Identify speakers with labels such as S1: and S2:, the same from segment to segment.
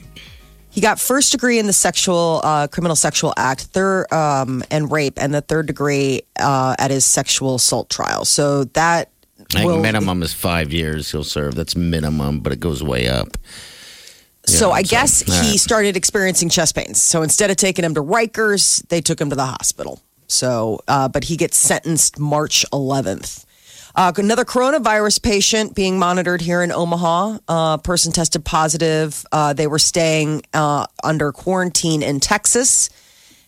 S1: he got first degree in the sexual, uh, criminal sexual act third, um, and rape, and the third degree uh, at his sexual assault trial. So that.
S2: I think
S1: will-
S2: minimum is five years he'll serve. That's minimum, but it goes way up.
S1: So I guess
S2: all
S1: he
S2: right.
S1: started experiencing chest pains. So instead of taking him to Rikers, they took him to the hospital. So, uh, but he gets sentenced March 11th. Uh, another coronavirus patient being monitored here in Omaha. Uh, person tested positive. Uh, they were staying uh, under quarantine in Texas.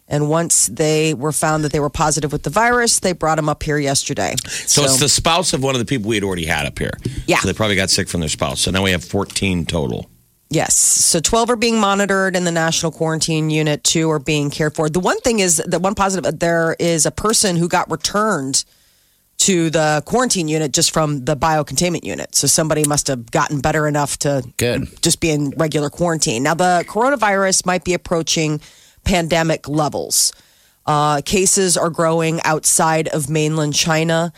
S1: And once they were found that they were positive with the virus, they brought him up here yesterday.
S3: So, it's the spouse of one of the people we had already had up here.
S1: Yeah.
S3: So they probably got sick from their spouse. So now we have 14 total.
S1: Yes. So 12 are being monitored in the national quarantine unit, two are being cared for. The one thing is the one positive uh, there is a person who got returned to the quarantine unit just from the biocontainment unit. So somebody must have gotten better enough to
S2: Good.
S1: just be in regular quarantine. Now the coronavirus might be approaching pandemic levels. Uh, cases are growing outside of mainland China.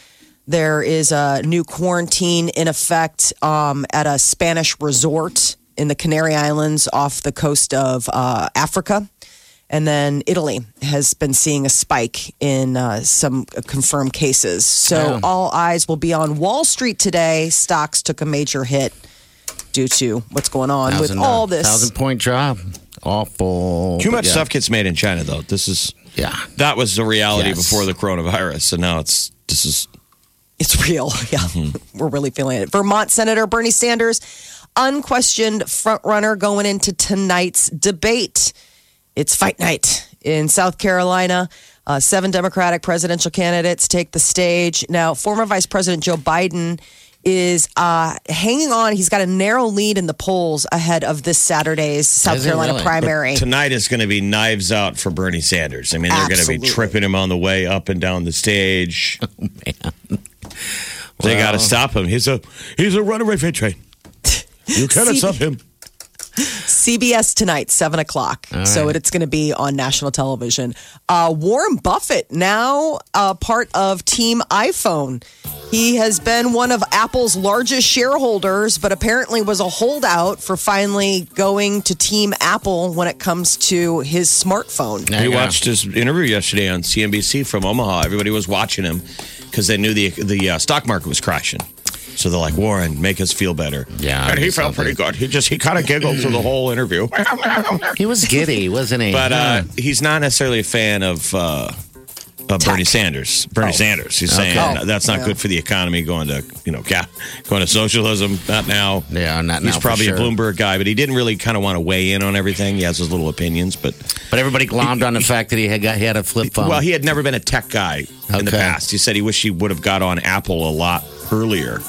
S1: There is a new quarantine in effect um, at a Spanish resort in the Canary Islands off the coast of uh, Africa. And then Italy has been seeing a spike in uh, some confirmed cases. So all eyes will be on Wall Street today. Stocks took a major hit due to what's going on
S2: Thousand,
S1: with
S2: uh,
S1: all this.
S2: thousand point drop. Awful.
S3: Too
S2: Oh, But
S3: much
S2: yeah.
S3: stuff gets made in China, though. This is.
S2: Yeah.
S3: That was the reality
S2: Yes.
S3: before the coronavirus. And now it's. This is.
S1: It's real. Yeah.
S2: Mm-hmm.
S1: We're really feeling it. Vermont Senator Bernie Sanders, unquestioned frontrunner going into tonight's debate. It's fight night in South Carolina. Uh, seven Democratic presidential candidates take the stage. Now, former Vice President Joe Biden is uh, hanging on. He's got a narrow lead in the polls ahead of this Saturday's South
S2: Is he
S1: Carolina
S2: really?
S1: primary.
S3: Tonight is going to be knives out for Bernie Sanders. I mean, they're going to be
S1: Absolutely.
S3: tripping him on the way up and down the stage. They got to stop him. He's a he's a runaway freight train. You cannot
S1: See-
S3: stop him.
S1: CBS tonight, seven o'clock. So it's going to be on national television. Uh, Warren Buffett now uh, part of Team iPhone. He has been one of Apple's largest shareholders, but apparently was a holdout for finally going to Team Apple when it comes to his smartphone.
S2: Yeah,
S3: We
S2: yeah.
S3: watched his interview yesterday on CNBC from Omaha. Everybody was watching him because they knew the the uh, stock market was crashing. So they're like, Warren, make us feel better.
S2: Yeah,
S3: and he
S2: just
S3: felt
S2: something.
S3: pretty good. He just he kind of giggled through the whole interview.
S2: He was giddy, wasn't he?
S3: But
S2: Huh.
S3: uh, he's not necessarily a fan of uh, of Bernie Sanders.
S2: Oh.
S3: Bernie Sanders. He's saying
S1: Oh,
S3: that's not
S1: yeah.
S3: good for the economy. Going to you know cap, going to socialism. Not now.
S2: Yeah, not
S3: He's
S2: now, for
S3: probably
S2: sure.
S3: a Bloomberg guy, but he didn't really kind of want to weigh in on everything. He has his little opinions, but
S2: but everybody glommed on the fact that he had got he had a flip phone.
S3: well, he had never been a tech guy in the
S2: Okay.
S3: past. He said he wished he would have got on Apple a lot earlier,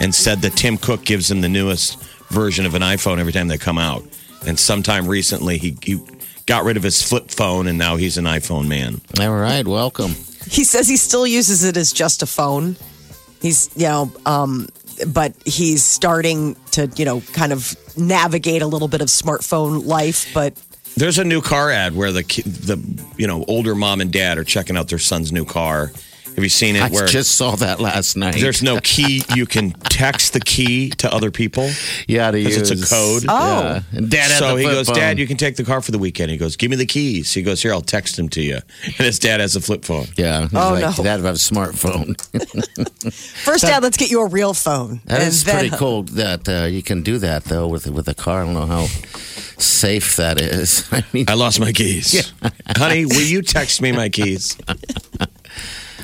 S3: and said that Tim Cook gives him the newest version of an iPhone every time they come out. And sometime recently, he. he Got rid of his flip phone and now he's an iPhone man.
S2: all right, welcome.
S1: He says he still uses it as just a phone. He's, you know, um, but he's starting to, you know, kind of navigate a little bit of smartphone life, but.
S3: There's a new car ad where the ki- the you know older mom and dad are checking out their son's new car, Have you seen it?
S2: I
S3: where
S2: just saw that last night.
S3: there's no key. You can text the key to other people.
S2: yeah, to
S3: 'Cause
S2: use.
S3: it's a code.
S2: Yeah.
S1: Oh.
S2: And Dad had
S3: so
S2: the
S3: he
S2: flip
S3: goes,
S2: phone.
S3: Dad, you can take the car for the weekend. He goes, Give me the keys. He goes, Here, I'll text them to you. And his dad has a flip phone.
S2: Yeah.
S1: Oh,
S2: like,
S1: no.
S2: Dad would have a smartphone.
S1: First, Dad, let's get you a real phone.
S2: That
S1: And
S2: is
S1: then-
S2: pretty cool that uh, you can do that though with with a car. I don't know how safe that is. I mean,
S3: I lost my keys. Honey, will you text me my keys?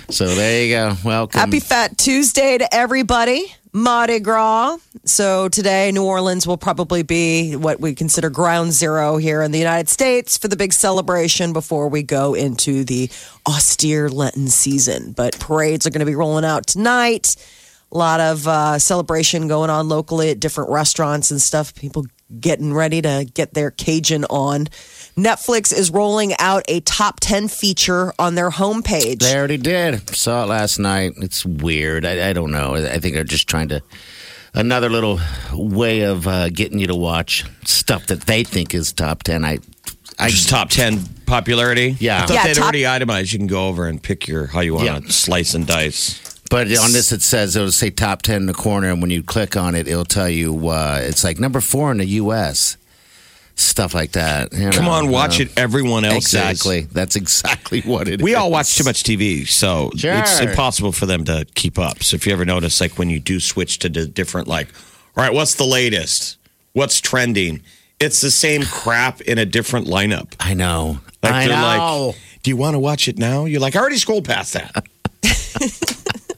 S2: so there you go. Welcome.
S1: Happy Fat Tuesday to everybody. Mardi Gras. So today, New Orleans will probably be what we consider ground zero here in the United States for the big celebration before we go into the austere Lenten season. But parades are going to be rolling out tonight. A lot of uh, celebration going on locally at different restaurants and stuff. People getting ready to get their Cajun on. Netflix is rolling out a top 10 feature on their homepage.
S2: They already did. Saw it last night. It's weird. I, I don't know. I, I think they're just trying to another little way of uh, getting you to watch stuff that they think is top ten. I, I
S3: Just top 10 popularity.
S2: Yeah.
S3: I thought
S1: Yeah,
S3: they'd
S1: top-
S3: already itemized. You can go over and pick your how you want to
S2: Yeah.
S3: slice and dice.
S2: But on this, it says it'll say top 10 in the corner. And when you click on it, it'll tell you uh, it's like number four in the U.S. Stuff like that. you
S3: Come
S2: know,
S3: on, watch
S2: uh,
S3: it. Everyone else is.
S2: Exactly. That's exactly what it is.
S3: We all watch too much TV, so
S2: Sure.
S3: it's impossible for them to keep up. So if you ever notice, like when you do switch to the different, like, all right, what's the latest? What's trending? It's the same crap in a different lineup.
S2: I know.
S3: Like
S2: I
S3: they're
S2: know.
S3: like, do you want to watch it now? You're like, I already scrolled past that.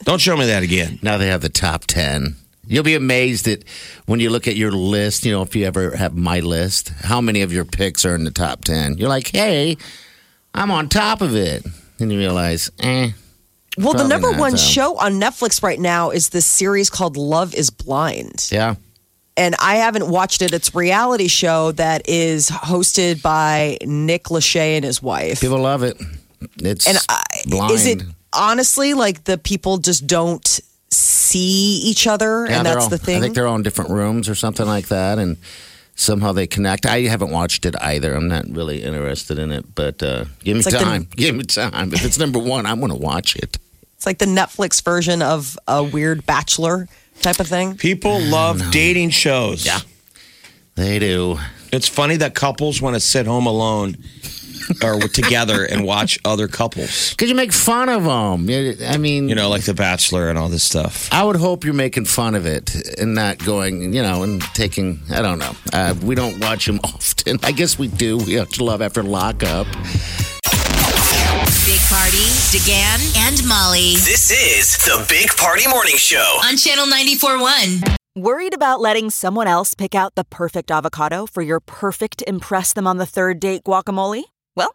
S3: Don't show me that again.
S2: now they have the top 10. You'll be amazed at when you look at your list, you know, if you ever have my list, how many of your picks are in the top 10. You're like, hey, I'm on top of it. And you realize, eh.
S1: Well, the
S2: Probably
S1: number
S2: not,
S1: one
S2: though.
S1: show on Netflix right now is this series called Love is Blind.
S2: Yeah.
S1: And I haven't watched it. It's a reality show that is hosted by Nick Lachey and his wife.
S2: People love it. It's
S1: and I,
S2: blind.
S1: is it honestly like the people just don't see each other
S2: Yeah,
S1: and
S2: they're
S1: that's
S2: all-
S1: the
S2: I
S1: thing?
S2: think they're all in different rooms or something like that, and somehow they connect. I haven't watched it either. I'm not really interested in it, but uh, give me
S1: It's like the-
S2: time. give me time. If it's number one, I'm going to watch it.
S1: it's like the Netflix version of a weird bachelor type of thing.
S3: People love dating shows.
S2: Yeah. They do.
S3: It's funny that couples want to sit home alone or together and watch other couples,
S2: Because you make fun of them. I mean,
S3: you know, like The Bachelor and all this stuff.
S2: I would hope you're making fun of it and not going, you know, and taking, I don't know. Uh, we don't watch them often. I guess we do. We have to love after lockup.
S4: Big Party, DeGan, and Molly
S5: This is the Big Party Morning Show.
S4: on Channel 94.1.
S6: Worried about letting someone else pick out the perfect avocado for your perfect Impress Them on the Third Date guacamole? Well,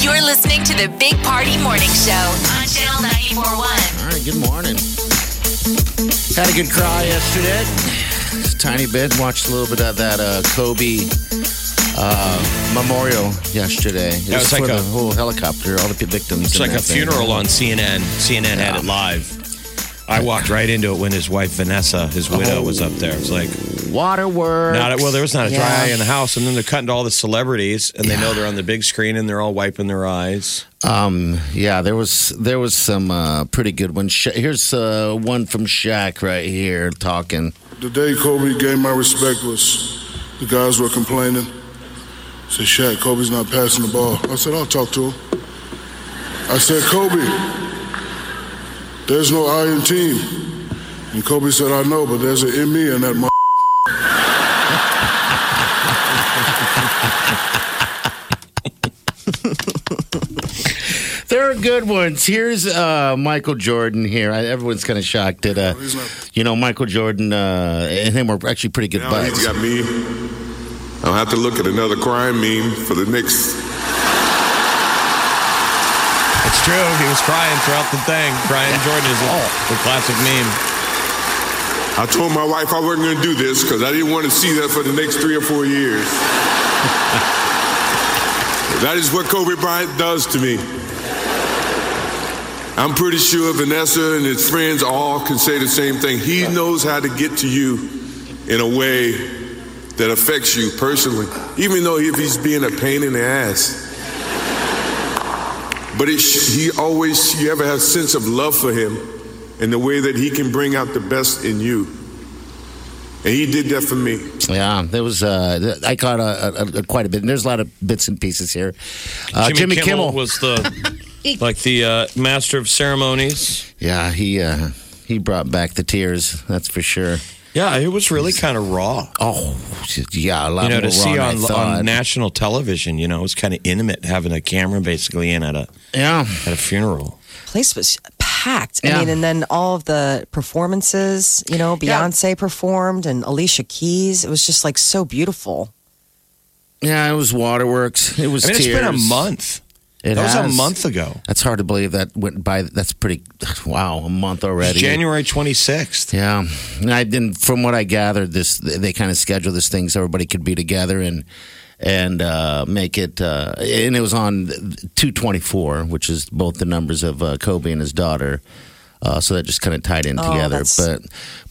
S4: You're listening to the Big Party Morning Show on Channel 94.1.
S2: All right, good morning. Had a good cry yesterday. Just a tiny bit. Watched a little bit of that uh, Kobe uh, memorial yesterday. It
S3: Yeah,
S2: was
S3: it's like
S2: for
S3: a-
S2: the whole helicopter, all the victims.
S3: It's like a funeral on CNN. CNN had
S2: Yeah.
S3: it live. I walked right into it when his wife Vanessa, his widow, was up there. It was like,
S2: Waterworks.
S3: not well, there was not a dry
S1: Yeah.
S3: eye in the house, and then they're cutting to all the celebrities, and they know they're on the big screen, and they're all wiping their eyes.
S2: Um, yeah, there was there was some uh, pretty good ones. Sha here's uh, one from Shaq right here talking.
S7: The day Kobe gave my respect was the guys were complaining. Said, Shaq, Kobe's not passing the ball. I said, I'll talk to him. I said, Kobe, there's no I in team. And Kobe said, I know, but there's an in me in that m-
S2: There are good ones. Here's uh, Michael Jordan here. I, everyone's kind of shocked at, uh,
S7: he's not.
S2: you know, Michael Jordan uh, and him were actually pretty good
S8: Now
S2: buds.
S8: he's got me. I'll have to look at another crime meme for the next.
S3: It's true. He was crying throughout the thing. Crying Jordan is the classic meme.
S8: I told my wife I wasn't going to do this because I didn't want to see that for the next three or four years. that is what Kobe Bryant does to me. I'm pretty sure Vanessa and his friends all can say the same thing. He knows how to get to you in a way that affects you personally, even though if he's being a pain in the ass. But it, sh- he always, you ever have a sense of love for him and the way that he can bring out the best in you. And he did that for me.
S2: Yeah, there was. Uh, I caught a, a, a, quite a bit. And there's a lot of bits and pieces here. Uh, Jimmy, Kimmel,
S3: was the like the uh, master of ceremonies.
S2: Yeah, he uh, he brought back the tears. That's for sure.
S3: Yeah, it was really kind of raw.
S2: Oh, yeah, a lot
S3: you know,
S2: more
S3: to see
S2: wrong, I
S3: on,
S2: thought.
S3: on national television, you know, it was kind of intimate having a camera basically in at a
S2: yeah,
S3: at a funeral.
S1: place was packed.
S2: Yeah.
S1: I mean, and then all of the performances, you know, Beyonce performed and Alicia Keys. It was just like so beautiful.
S2: yeah, it was waterworks. It was.
S3: I mean,
S2: tears.
S3: it's been a month.
S2: It
S3: that was
S2: has.
S3: a month ago.
S2: That's hard to believe that went by. That's pretty. Wow, a month
S3: It's
S2: already.
S3: January twenty sixth.
S2: Yeah, and I didn't. From what I gathered, this they kind of scheduled this thing so everybody could be together and and uh, make it. Uh, and it was on two twenty four, which is both the numbers of uh, Kobe and his daughter. Uh, so that just kind of tied in together,
S1: Oh, that's-
S2: but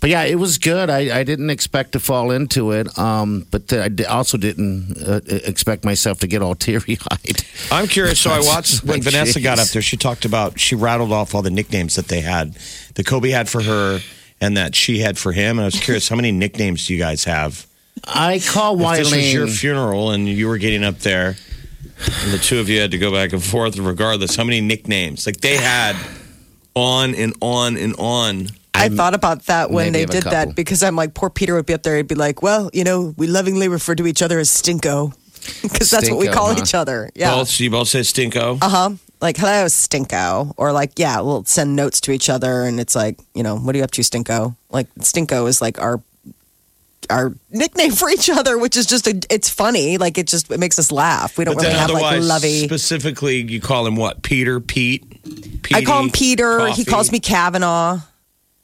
S2: but yeah, it was good. I, I didn't expect to fall into it, um, but I di- also didn't uh, expect myself to get all teary eyed.
S3: I'm curious. So I watched when
S2: Jeez.
S3: Vanessa got up there. She talked about she rattled off all the nicknames that they had, that Kobe had for her, and that she had for him. And I was curious, how many nicknames do you guys have?
S2: I call
S3: If this was
S2: Wileen.
S3: your funeral and you were getting up there, and the two of you had to go back and forth, regardless, how many nicknames? Like they had on and on and on.
S1: I thought about that when
S2: maybe
S1: they
S2: have a
S1: did that
S2: couple.
S1: because I'm like, poor Peter would be up there. He'd be like, well, you know, we lovingly refer to each other as Stinko because that's what we
S2: Stinko,
S1: call
S2: huh?
S1: each other. Yeah.
S3: Both, you both say Stinko.
S1: Uh huh. Like, hello, Stinko. Or like, yeah, we'll send notes to each other and it's like, you know, what are you up to, Stinko? Like, Stinko is like our. Our nickname for each other, which is just a, it's funny, like it just it makes us laugh. We don't
S3: but
S1: really
S3: then
S1: have like
S3: otherwise,
S1: lovey.
S3: specifically, you call him what? Peter, Pete.
S1: I call him
S3: Petey,
S1: Peter. He
S3: Coffee.
S1: calls me um, Kavanaugh.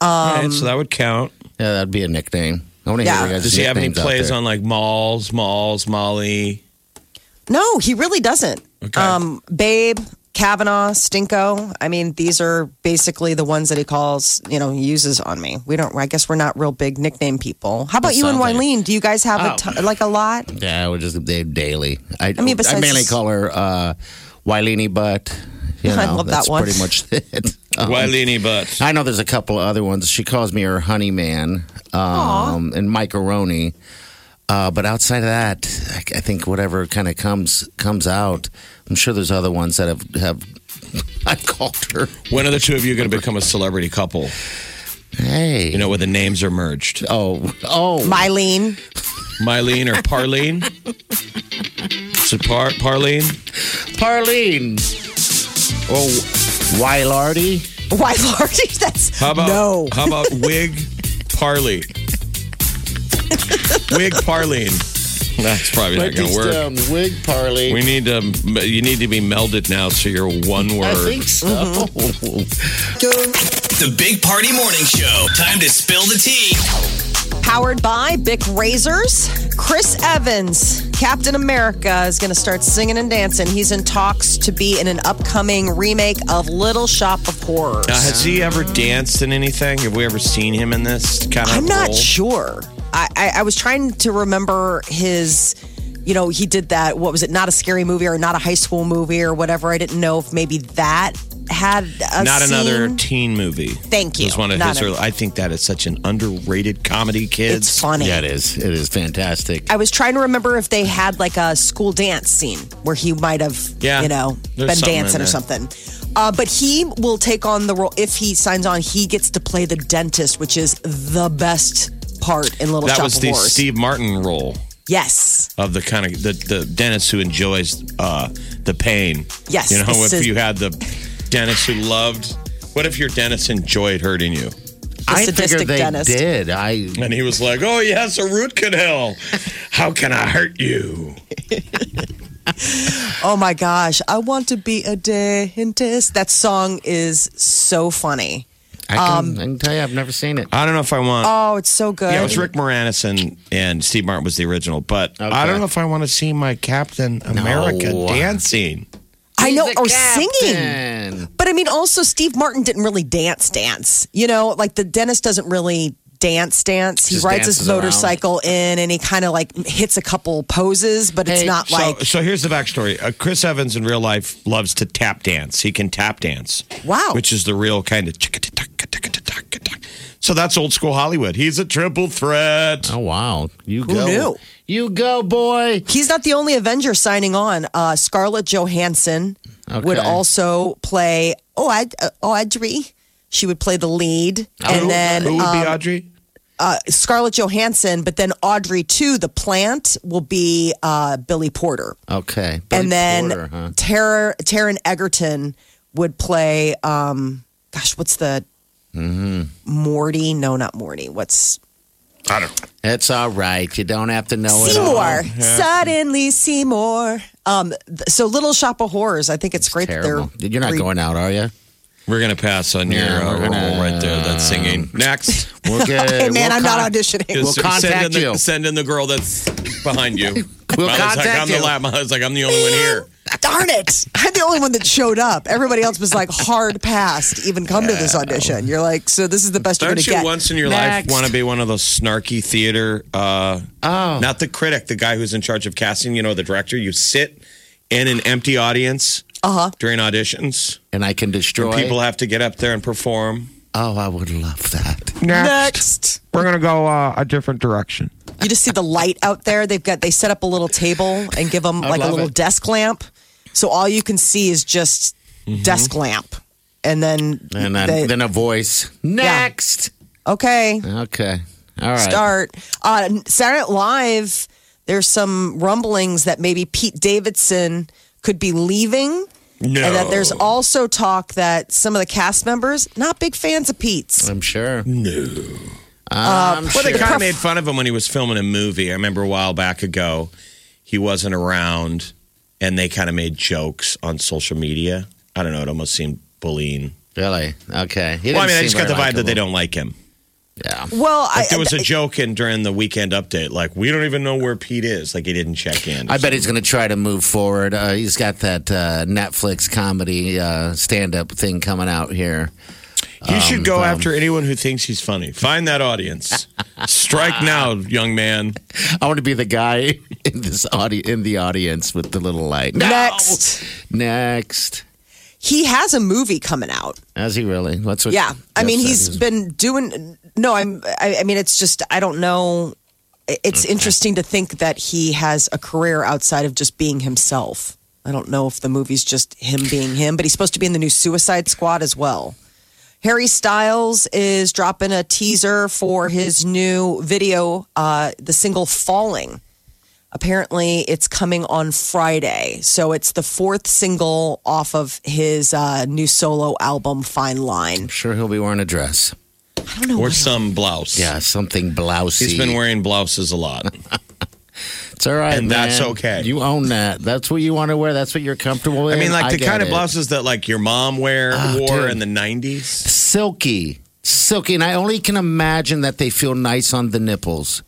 S3: All right, so that would count.
S2: yeah, that'd be a nickname. I want to
S1: Yeah.
S2: hear you guys.
S3: Does he have any
S2: nicknames out
S3: plays
S2: there.
S3: on like malls, malls, Molly?
S1: No, he really doesn't.
S3: Okay.
S1: Um, Babe, Kavanaugh, Stinko. I mean, these are basically the ones that he calls, you know, he uses on me. We don't, I guess we're not real big nickname people. How about you and
S2: sounds like-
S1: Wileen? Do you guys have a
S2: Oh.
S1: ton, like a lot?
S2: Yeah, I would just they daily. I, I
S1: mean, besides-
S2: mainly call her uh, Wileeny Butt. You know,
S1: I love that
S2: that's
S1: one.
S2: Pretty much it. Um,
S3: Wileeny Butts.
S2: I know there's a couple of other ones. She calls me her honey man um, and macaroni. Uh, but outside of that, I, I think whatever kind of comes comes out. I'm sure there's other ones that have have I called her.
S3: When are the two of you going to become a celebrity couple?
S2: Hey,
S3: You know, where the names are merged.
S2: Oh, oh,
S1: Mylene.
S3: Mylene or Parlene? Is it Par- Parlene?
S2: Parlene. Oh, Wylardy.
S1: Why, Lordy? That's,
S3: How about
S1: no.
S3: how about wig parley? wig parleying. That's probably not going to work.
S2: wig Parley.
S3: We need to. You need to be melded now, so you're one
S2: I
S3: word.
S2: think so.
S5: The Big Party Morning Show. Time to spill the tea.
S1: Powered by Bic Razors, Chris Evans, Captain America, is going to start singing and dancing. He's in talks to be in an upcoming remake of Little Shop of Horrors.
S3: Now, has he ever danced in anything? Have we ever seen him in this kind of?
S1: I'm not
S3: role?
S1: sure. I, I, I was trying to remember his. You know, he did that. What was it? Not a scary movie or not a high school movie or whatever. I didn't know if maybe that had a
S3: Not
S1: scene.
S3: another teen movie.
S1: Thank you.
S3: It was one of
S1: Not
S3: his.
S1: a-
S3: early- I think that is such an underrated comedy. Kids.
S1: It's funny.
S2: yeah, it is. It is fantastic.
S1: I was trying to remember if they had like a school dance scene where he might have,
S3: Yeah.
S1: you know,
S3: There's
S1: been
S3: something
S1: dancing
S3: in
S1: or
S3: there.
S1: something. Uh, but he will take on the role if he signs on. He gets to play the dentist, which is the best part in Little
S3: that
S1: Shop
S3: was
S1: of
S3: the
S1: Horrors.
S3: Steve Martin role
S1: yes,
S3: of the kind of the, the dentist who enjoys uh, the pain.
S1: Yes,
S3: You know,
S1: this
S3: if
S1: is-
S3: you had the dentist who loved, what if your dentist enjoyed hurting you?
S2: I
S1: sadistic
S2: figured they
S1: dentist.
S2: did. I
S3: And he was like, oh, yes, a root canal. How can I hurt you?
S1: Oh my gosh, I want to be a dentist. That song is so funny.
S2: I can,
S1: Um,
S2: I can tell you, I've never seen it.
S3: I don't know if I want.
S1: Oh, it's so good.
S3: yeah, it was Rick Moranis and, and Steve Martin was the original, but I
S2: Okay.
S3: don't know if I want to see my Captain America dancing.
S1: I know,
S2: He's the
S1: or singing.
S2: captain.
S1: But I mean, also Steve Martin didn't really dance, dance. You know, like the dentist doesn't really dance, dance. He
S2: Just
S1: rides his
S2: dances around.
S1: motorcycle in, and he kind of like hits a couple poses, but it's
S2: Hey,
S1: not
S3: So,
S1: like
S3: so here's the backstory. Uh, Chris Evans in real life loves to tap dance. He can tap dance.
S1: Wow.
S3: Which is the real kind of. So that's old school Hollywood. He's a triple threat.
S2: Oh wow, you
S1: Who
S2: go,
S1: knew?
S2: you go, boy.
S1: He's not the only Avenger signing on. Uh, Scarlett Johansson would
S2: Okay.
S1: also play. Oh, I, uh, Audrey. She would play the lead, and then
S3: Oh, Who would be
S1: um,
S3: Audrey?
S1: uh, Scarlett Johansson. But then Audrey too. The plant will be uh, Billy Porter,
S2: Okay, Billy
S1: and then
S2: Porter, huh?
S1: Tara Taryn Egerton would play. Um, gosh, what's the
S2: Mm-hmm.
S1: Morty? No, not Morty. What's
S3: I don't know.
S2: it's all right. You don't have to know
S1: Seymour.
S2: it all.
S1: Suddenly Seymour. Um, th- so Little Shop of Horrors. I think it's great
S2: Terrible.
S1: that they're
S2: You're not
S1: re-
S2: going out, are you?
S3: We're going to pass on your
S2: Yeah,
S3: uh,
S2: we're gonna-
S3: role right there, that singing. Next.
S2: We'll get,
S1: Hey man,
S2: we'll
S1: I'm not
S2: con-
S1: auditioning.
S2: We'll
S3: send in
S2: contact
S3: the,
S2: you.
S3: Send in the girl that's behind you.
S2: We'll
S3: Molly's like,
S2: contact
S3: I'm
S2: you.
S3: the lab. Molly's like, I'm the only one here.
S1: Darn it! I'm the only one that showed up. Everybody else was like hard passed. to Even come to this audition. You're like, so this is the best
S3: Don't you
S1: you're gonna get.
S3: once in your life
S2: Next.
S3: want to be one of those snarky theater? Uh,
S2: Oh.
S3: not the critic, the guy who's in charge of casting. You know, the director. You sit in an empty audience
S1: Uh huh.
S3: during auditions.
S2: And I can destroy.
S3: People have to get up there and perform.
S2: oh, I would love that.
S1: Next.
S9: We're going to go uh, a different direction.
S1: You just see the light out there. They've got they set up a little table and give them like a
S2: love
S1: little
S2: it.
S1: desk lamp. So all you can see is just desk lamp, and then
S2: Mm-hmm. And then,
S1: they-
S2: then a voice. Next.
S1: okay.
S2: Okay. All right.
S1: start. Uh, Saturday Night Live, there's some rumblings that maybe Pete Davidson could be leaving.
S3: No.
S1: And that there's also talk that some of the cast members, not big fans of Pete's.
S2: I'm sure. No. I'm
S3: Uh, Well,
S2: sure.
S3: they kind of made fun of him when he was filming a movie. I remember a while back ago, he wasn't around, and they kind of made jokes on social media. I don't know. It almost seemed bullying.
S2: Really? Okay. He
S3: Well, I mean,
S2: didn't
S3: I
S2: seem
S3: just got the
S2: very
S3: vibe that they
S2: likable.
S3: don't like him.
S2: Yeah.
S1: Well, I,
S3: Like, there was a joke in during the weekend update, like we don't even know where Pete is. Like he didn't check in.
S2: I bet he's going to try to move forward. Uh, he's got that uh, Netflix comedy uh, stand up thing coming out here.
S3: You should go after anyone who thinks he's funny. Um, Find that audience. Strike now, young man.
S2: I want to be the guy in this audi- in the audience with the little light.
S1: next,
S2: Next.
S1: he has a movie coming out.
S2: Is he really? That's what.
S1: Yeah, I mean,
S2: Yes,
S1: he's been doing. No, I'm. I, I mean, it's just I don't know. It's
S2: Mm-hmm.
S1: interesting to think that he has a career outside of just being himself. I don't know if the movie's just him being him, but he's supposed to be in the new Suicide Squad as well. Harry Styles is dropping a teaser for his new video, uh, the single "Falling." Apparently, it's coming on Friday. So it's the fourth single off of his uh, new solo album, Fine Line.
S2: I'm sure he'll be wearing a dress.
S3: Or some blouse.
S2: Yeah, something blousy.
S3: He's been wearing blouses a lot.
S2: It's all right,
S3: and that's
S2: man.
S3: okay.
S2: You own that. That's what you want to wear. That's what you're comfortable with.
S3: I mean, like the
S2: get
S3: kind of
S2: it. Ah,
S3: blouses that like your mom wear wore
S2: dude.
S3: in the nineties.
S2: silky, silky, and I only can imagine that they feel nice on the nipples,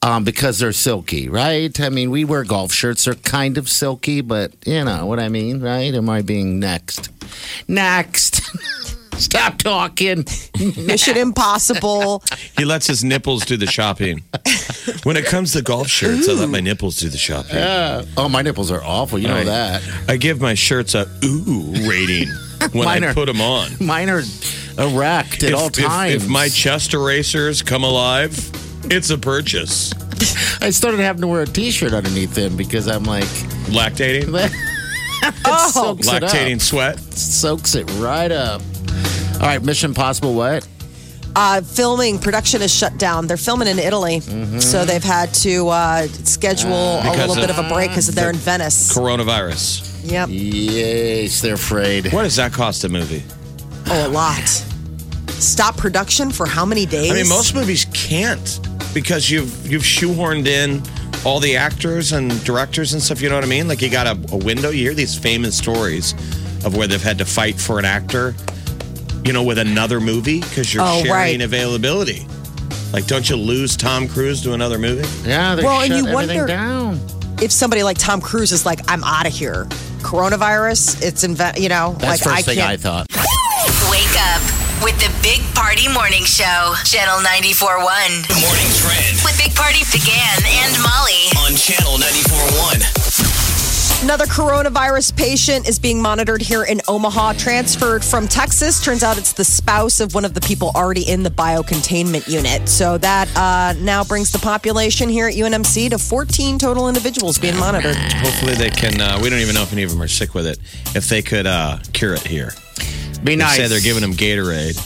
S2: um, because they're silky, right? I mean, we wear golf shirts; they're kind of silky, but you know what I mean, right? Am I being next? Next, stop talking.
S1: Mission Impossible.
S3: He lets his nipples do the shopping. when it comes to golf shirts, I let my nipples do the shopping.
S2: Oh, my nipples are awful. You know
S3: Right.
S2: that.
S3: I give my shirts a ooh rating when
S2: Mine
S3: I
S2: are-
S3: put them on.
S2: Mine are erect at
S3: if,
S2: all
S3: if-
S2: times.
S3: If, my chest erasers come alive, it's a purchase.
S2: I started having to wear a T-shirt underneath them because I'm like,
S3: Lactating,
S2: it soaks it up.
S3: lactating sweat.
S2: soaks it right up. All right, Mission Possible. What?
S1: Uh, filming production is shut down. They're filming in Italy,
S2: Mm-hmm.
S1: so they've had to uh, schedule a
S3: Because
S1: little bit of
S3: of
S1: a break because they're in Venice.
S3: Coronavirus.
S1: Yep.
S2: Yes, they're afraid.
S3: What does that cost a movie?
S1: Oh, a lot. Stop production for how many days?
S3: I mean, most movies can't because you've you've shoehorned in all the actors and directors and stuff. You know what I mean? Like you got a, a window. You hear these famous stories of where they've had to fight for an actor, you know, with another movie because you're
S1: Oh,
S3: sharing
S1: right.
S3: availability. Like, don't you lose Tom Cruise to another movie?
S2: Yeah,
S1: they Well, and shut you everything wonder- down. if somebody like Tom Cruise is like, I'm out of here. Coronavirus, it's inve- you know,
S2: That's
S1: like
S2: first thing
S1: can't.
S2: I thought.
S4: Wake up with the Big Party Morning Show, Channel 94.1.
S5: Good morning trend
S4: With Big Party began and Molly.
S5: on channel 94.1.
S1: Another coronavirus patient is being monitored here in Omaha, transferred from Texas. Turns out it's the spouse of one of the people already in the biocontainment unit. So that uh, now brings the population here at UNMC to 14 total individuals being monitored.
S3: Hopefully they can. Uh, we don't even know if any of them are sick with it. If they could uh, cure it here,
S2: Be
S3: they
S2: nice.
S3: say they're giving them Gatorade.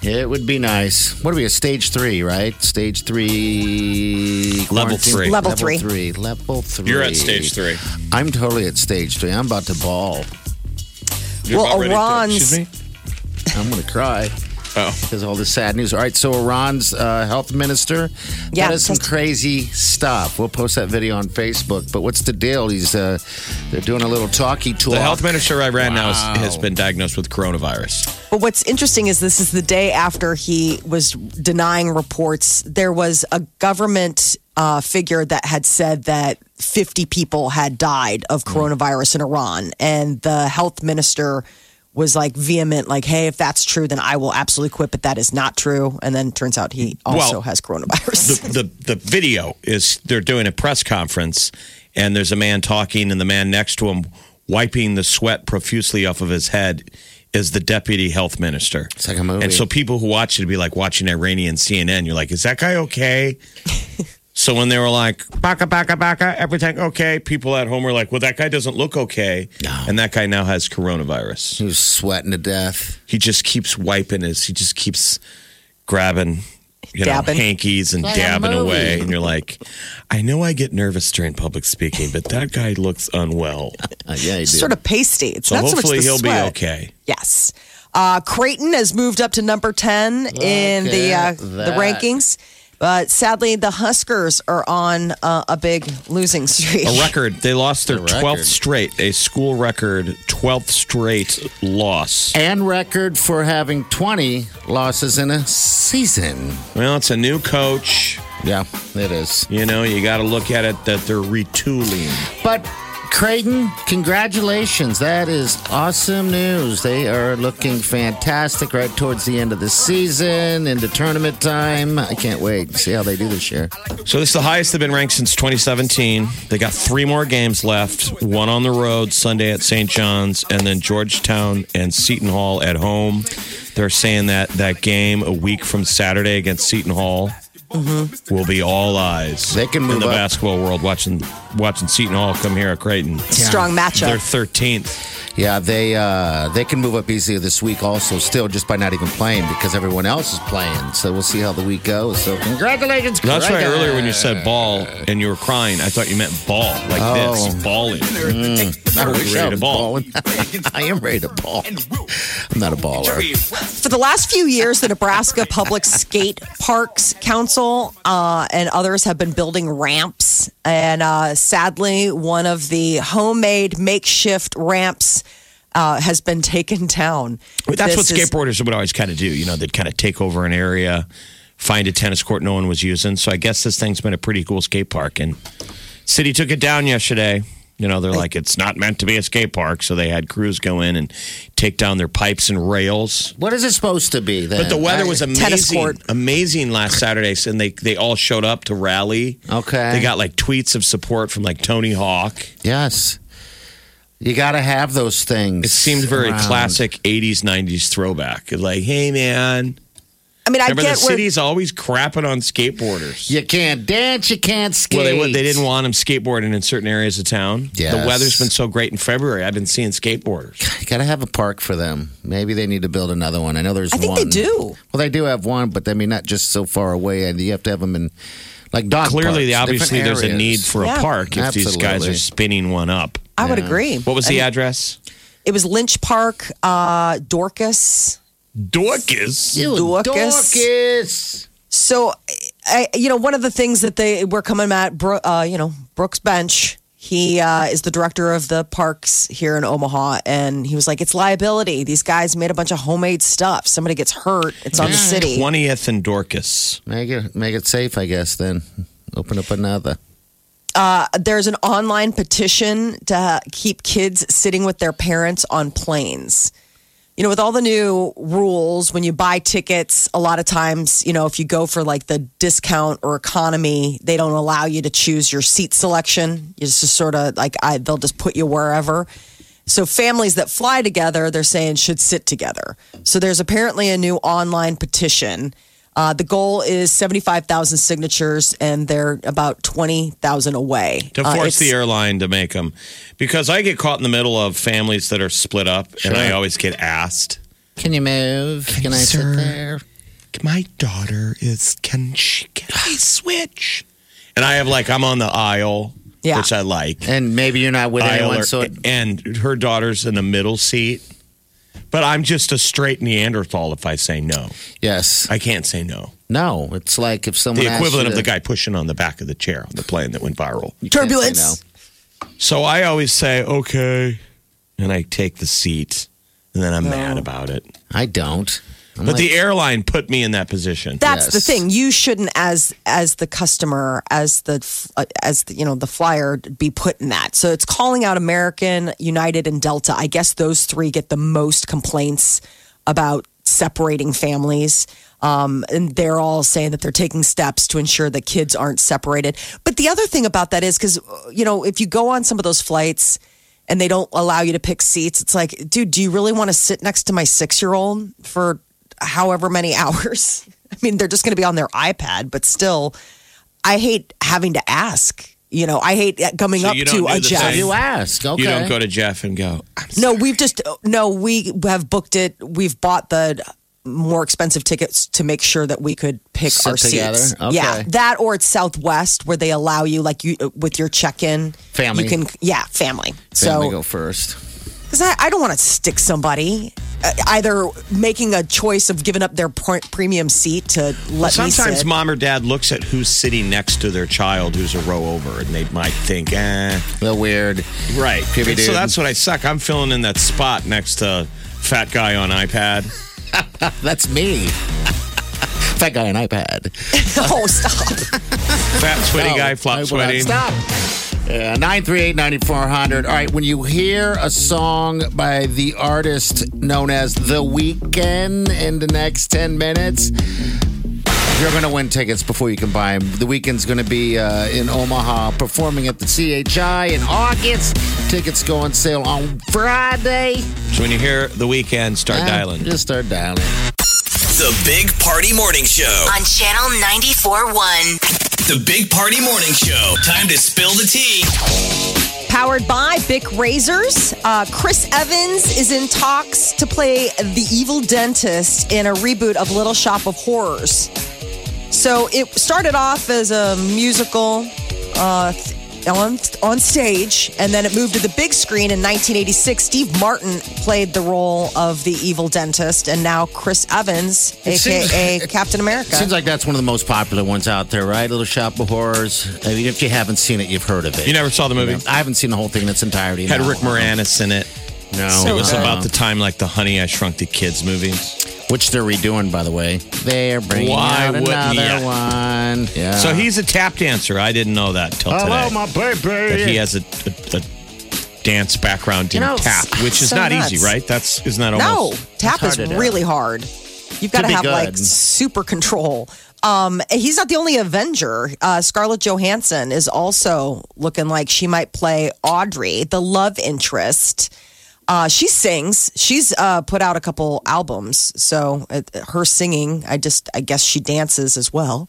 S2: It would be nice. What are we? A stage three, right? Stage three.
S3: Level
S2: quarantine-
S3: three.
S1: Level three.
S2: three. Level three.
S3: You're at stage three.
S2: I'm totally at stage three. I'm about to ball.
S3: You're
S1: Well,
S3: about ready to-
S1: Iran's-
S3: Excuse me?
S2: I'm going to cry
S3: Oh.
S2: because all this sad news. All right, so Iran's uh, health minister
S1: Yeah,
S2: that is some
S1: that's-
S2: crazy stuff. We'll post that video on Facebook. But what's the deal? He's uh, they're doing a little talkie tour.
S3: The health minister of Iran now is, has been diagnosed with coronavirus.
S1: But what's interesting is this is the day after he was denying reports. There was a government uh, figure that had said that 50 people had died of
S3: Hmm.
S1: coronavirus in Iran. And the health minister was like vehement, like, hey, if that's true, then I will absolutely quit. But that is not true. And then turns out he also
S3: Well,
S1: has coronavirus.
S3: The, the the video is they're doing a press conference and there's a man talking and the man next to him wiping the sweat profusely off of his head is the deputy health minister.
S2: It's like a movie.
S3: And so people who watch it would be like watching Iranian CNN. You're like, is that guy okay? so when they were like, baka, baka, baka, everything okay, people at home were like, well, that guy doesn't look okay. And that guy now has coronavirus.
S2: he was sweating to death.
S3: He just keeps wiping his, he just keeps grabbing, you
S1: Dabbing.
S3: know, hankies and
S2: Like a
S3: dabbing
S2: movie.
S3: away. And you're like, I know I get nervous during public speaking, but that guy looks unwell.
S2: Uh, yeah, he did.
S1: sort of pasty. It's
S3: So
S1: not so much
S3: hopefully
S1: the
S3: he'll
S1: sweat.
S3: be okay.
S1: Yes. Uh, Creighton has moved up to number 10 in the, uh,
S2: at
S1: the
S2: that.
S1: rankings. But sadly, the Huskers are on uh, a big losing streak.
S3: A record. They lost their
S2: A record.
S3: 12th straight, a school record 12th straight loss.
S2: and record for having 20 losses in a season.
S3: Well, it's a new coach.
S2: Yeah, it is.
S3: You know, you got to look at it that they're retooling.
S2: But Creighton, congratulations. That is awesome news. They are looking fantastic right towards the end of the season, into tournament time. I can't wait to see how they do this year.
S3: So this is the highest they've been ranked since 2017. They got three more games left. One on the road Sunday at St. John's, and then Georgetown and Seton Hall at home. They're saying that that game a week from Saturday against Seton Hall will be all eyes.
S2: Mm-hmm. They can
S3: in
S2: move
S3: the
S2: up.
S3: basketball world watching watching Seton Hall come here at Creighton.
S1: Strong
S3: They're
S1: matchup.
S3: 13th.
S2: Yeah, they uh, they can move up easier this week also still just by not even playing because everyone else is playing. So we'll see how the week goes. So congratulations.
S3: That's right.
S2: Creighton.
S3: Earlier when you said ball and you were crying, I thought you meant ball like
S2: Oh.
S3: this, balling.
S2: I
S3: Are we
S2: wish
S3: ready
S2: I
S3: to
S2: was
S3: ball?
S2: balling. I am ready to ball. I'm not a baller.
S1: For the last few years, the Nebraska Public Skate Parks Council uh, and others have been building ramps. And uh, sadly, one of the homemade makeshift ramps uh, has been taken down.
S3: That's what
S1: This is-
S3: skateboarders would always kind of do. You know, they'd kind of take over an area, find a tennis court no one was using. So I guess this thing's been a pretty cool skate park. And city took it down yesterday. You know, they're like, it's not meant to be a skate park. So they had crews go in and take down their pipes and rails.
S2: What is it supposed to be then?
S3: But the weather was amazing,
S1: Tennis court.
S3: amazing last Saturday, and they they all showed up to rally.
S2: Okay.
S3: they got like tweets of support from like Tony Hawk.
S2: Yes. You got to have those things.
S3: It seemed very
S2: around.
S3: classic '80s '90s throwback. Like, hey man,
S1: I mean, I
S3: remember the
S1: get where
S3: city's always crapping on skateboarders.
S2: You can't dance, you can't skate.
S3: Well, they, would- they didn't want them skateboarding in certain areas of town. The
S2: Yes.
S3: weather's been so great in February. I've been seeing skateboarders.
S2: You got to have a park for them. Maybe they need to build another one. I know there's
S1: I think they
S2: one.
S1: do.
S2: Well, they do have one, but I mean, not just so far away. And you have to have them in, like, dog
S3: Clearly,
S2: parks,
S3: obviously,
S2: different
S3: there's a need
S2: areas.
S3: for a
S1: Yeah.
S3: park if these guys
S2: Absolutely.
S3: are spinning one up.
S1: I would agree.
S3: What was the address?
S1: It was Lynch Park, uh, Dorcas.
S3: Dorcas.
S2: Ew,
S1: Dorcas.
S2: Dorcas.
S1: So I, you know, one of the things that they were coming at, Bro- uh, you know, Brooks Bench. He uh, is the director of the parks here in Omaha, and he was like, "It's liability. These guys made a bunch of homemade stuff. Somebody gets hurt. It's on the city."
S3: Twentieth and Dorcas.
S2: Make it make it safe, I guess. Then open up another.
S1: Uh, there's an online petition to ha- keep kids sitting with their parents on planes. You know, with all the new rules, when you buy tickets, a lot of times, you know, if you go for like the discount or economy, they don't allow you to choose your seat selection. It's just sort of like I, they'll just put you wherever. So families that fly together, they're saying should sit together. So there's apparently a new online petition. Uh, the goal is 75,000 signatures, and they're about 20,000 away.
S3: To
S1: Uh,
S3: force the
S1: it's-
S3: airline to make them, because I get caught in the middle of families that are split up, and I always get asked.
S2: Can you move? Can, I
S3: sir.
S2: sit there?
S3: My daughter is. Can she? Can I switch? And I have like I'm on the aisle,
S1: Yeah.
S3: which I like.
S2: And maybe you're not with
S3: aisle
S2: anyone,
S3: or-
S2: so it,
S3: and her daughter's in the middle seat. But I'm just a straight Neanderthal if I say no.
S2: yes,
S3: I can't say no.
S2: no. It's like if someone
S3: the
S2: asks
S3: equivalent
S2: you
S3: of the
S2: to-
S3: guy pushing on the back of the chair on the plane that went viral.
S2: you can't say
S1: Turbulence.
S2: no.
S3: So I always say, okay. And I take the seat, and then I'm mad about it.
S2: I don't. Oh. I'm
S3: but
S2: like,
S3: the airline put me in that position.
S1: That's the
S2: Yes.
S1: thing. You shouldn't, as as the customer, as the f- uh, as the, you know the flyer, be put in that. So it's calling out American, United, and Delta. I guess those three get the most complaints about separating families. Um, and they're all saying that they're taking steps to ensure that kids aren't separated. But the other thing about that is because you know if you go on some of those flights and they don't allow you to pick seats, it's like, dude, do you really want to sit next to my six year old for however many hours. I mean, they're just going to be on their iPad, but still, I hate having to ask. You know, I hate uh, coming
S3: So
S1: up
S3: you
S1: to
S3: don't
S1: a
S3: do the
S1: Jeff.
S3: same-
S2: you ask. Okay.
S3: You don't go to Jeff and go, I'm
S1: No, we've just uh, no. We have booked it. We've bought the more expensive tickets to make sure that we could pick
S2: Sit
S1: our seats.
S2: together? Okay.
S1: Yeah, that or it's Southwest where they allow you like you uh, with your check-in
S2: Family.
S1: You can yeah, family.
S2: Family
S1: so
S2: go first.
S1: because I, I don't want to stick somebody uh, either making a choice of giving up their pr- premium seat to let me
S3: Sometimes
S1: sit.
S3: mom or dad looks at who's sitting next to their child who's a row over, and they might think, eh.
S2: A little weird.
S3: Right.
S2: Give it
S3: so
S2: in.
S3: that's what I suck. I'm filling in that spot next to fat guy on iPad.
S2: That's me. Fat guy on iPad.
S1: oh, stop.
S3: Fat sweaty guy, flop sweaty.
S2: Stop. Yeah, 938-9400. All right, when you hear a song by the artist known as The Weeknd in the next 10 minutes, you're going to win tickets before you can buy them. The Weeknd's going to be uh, in Omaha performing at the CHI in August. Tickets go on sale on Friday. Uh,
S3: So when you hear the weekend, start dialing.
S2: Just start dialing.
S5: The Big Party Morning Show.
S4: On Channel 94.1.
S5: The Big Party Morning Show. Time to spill the tea.
S1: Powered by Bic Razors. Uh, Chris Evans is in talks to play the evil dentist in a reboot of Little Shop of Horrors. So it started off as a musical uh, th- on, on stage, and then it moved to the big screen in 1986. Steve Martin played the role of the evil dentist, and now Chris Evans,
S2: It seems-
S1: aka Captain America.
S2: Seems like that's one of the most popular ones out there, right? Little Shop of Horrors. I mean, if you haven't seen it, you've heard of it.
S3: You never saw the movie?
S2: I haven't seen the whole thing in its entirety.
S3: Had
S2: no.
S3: Rick Moranis in it.
S2: No,
S3: it was about the time like the Honey I Shrunk the Kids movies.
S2: which they're redoing, by the way. They're bringing
S3: Why
S2: out
S3: wouldn't
S2: another
S3: ya?
S2: one. Yeah.
S3: So he's a tap dancer. I didn't know that till
S2: hello,
S3: today.
S2: my
S3: That
S2: baby.
S3: he has a, a, a dance background in
S1: You know,
S3: tap, which is
S1: so
S3: not
S1: nuts.
S3: easy, right? That's isn't that
S1: No,
S3: almost
S1: tap
S2: It's
S1: is
S2: hard to do.
S1: really hard. You've got to
S2: be
S1: have like
S2: good.
S1: super control. Um, he's not the only Avenger. Uh, Scarlett Johansson is also looking like she might play Audrey, the love interest. Uh, she sings. She's uh, put out a couple albums, so uh, her singing. I just, I guess she dances as well.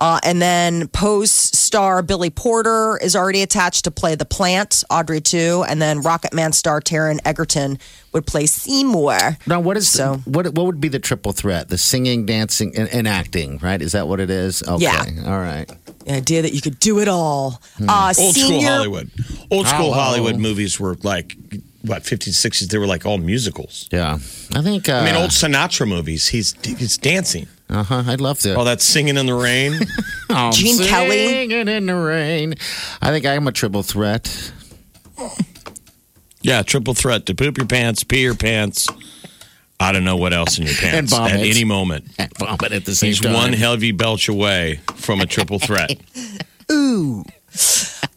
S1: Uh, and then Pose star Billy Porter is already attached to play the plant, Audrey too. And then Rocket Man star Taryn Egerton would play Seymour.
S2: now, what is
S1: So-
S2: what? What would be the triple threat? The singing, dancing, and, and acting. Right? Is that what it is? Okay.
S1: Yeah.
S2: All right.
S1: The idea that you could do it all. Uh,
S3: Hmm. old school
S1: senior-
S3: Hollywood. Old school
S2: Oh.
S3: Hollywood movies were like what 50s, 60s. They were like all musicals.
S2: Yeah. I think. Uh,
S3: I mean, old Sinatra movies. He's he's dancing.
S2: Uh huh. I love that.
S3: Oh, that's singing in the rain.
S2: I'm
S1: Gene Kelly.
S2: Singing in the rain. I think I'm a triple threat.
S3: yeah, triple threat to poop your pants, pee your pants. I don't know what else in your pants
S2: And vomit.
S3: at any moment.
S2: And vomit at the same
S3: He's
S2: time.
S3: one heavy belch away from a triple threat.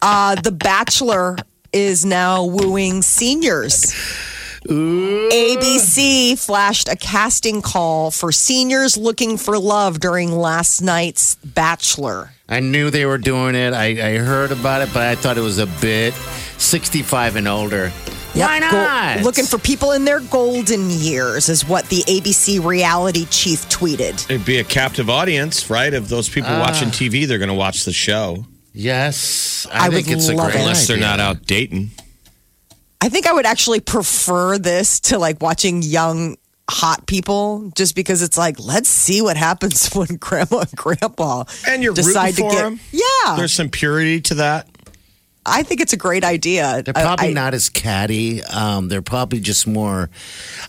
S1: Uh, the Bachelor is now wooing seniors. ABC flashed a casting call for seniors looking for love during last night's Bachelor.
S2: I knew they were doing it. I, I heard about it, but I thought it was a bit 65 and older. Why
S1: Yep, go-
S2: not?
S1: looking for people in their golden years is what the ABC reality chief tweeted.
S3: It'd be a captive audience, right? Of those
S2: Ah.
S3: people watching TV, they're going to watch the show
S2: Yes. I,
S1: I
S2: think
S1: would
S2: it's a
S1: love
S2: great
S1: it.
S3: unless they're
S2: idea.
S3: not out dating.
S1: I think I would actually prefer this to like watching young hot people just because it's like let's see what happens when grandma and grandpa
S3: And you're
S1: decide
S3: rooting
S1: to
S3: for
S1: get
S3: 'em?
S1: yeah
S3: There's some purity to that.
S1: I think it's a great idea.
S2: They're probably
S1: I- I-
S2: not as catty. Um, they're probably just more.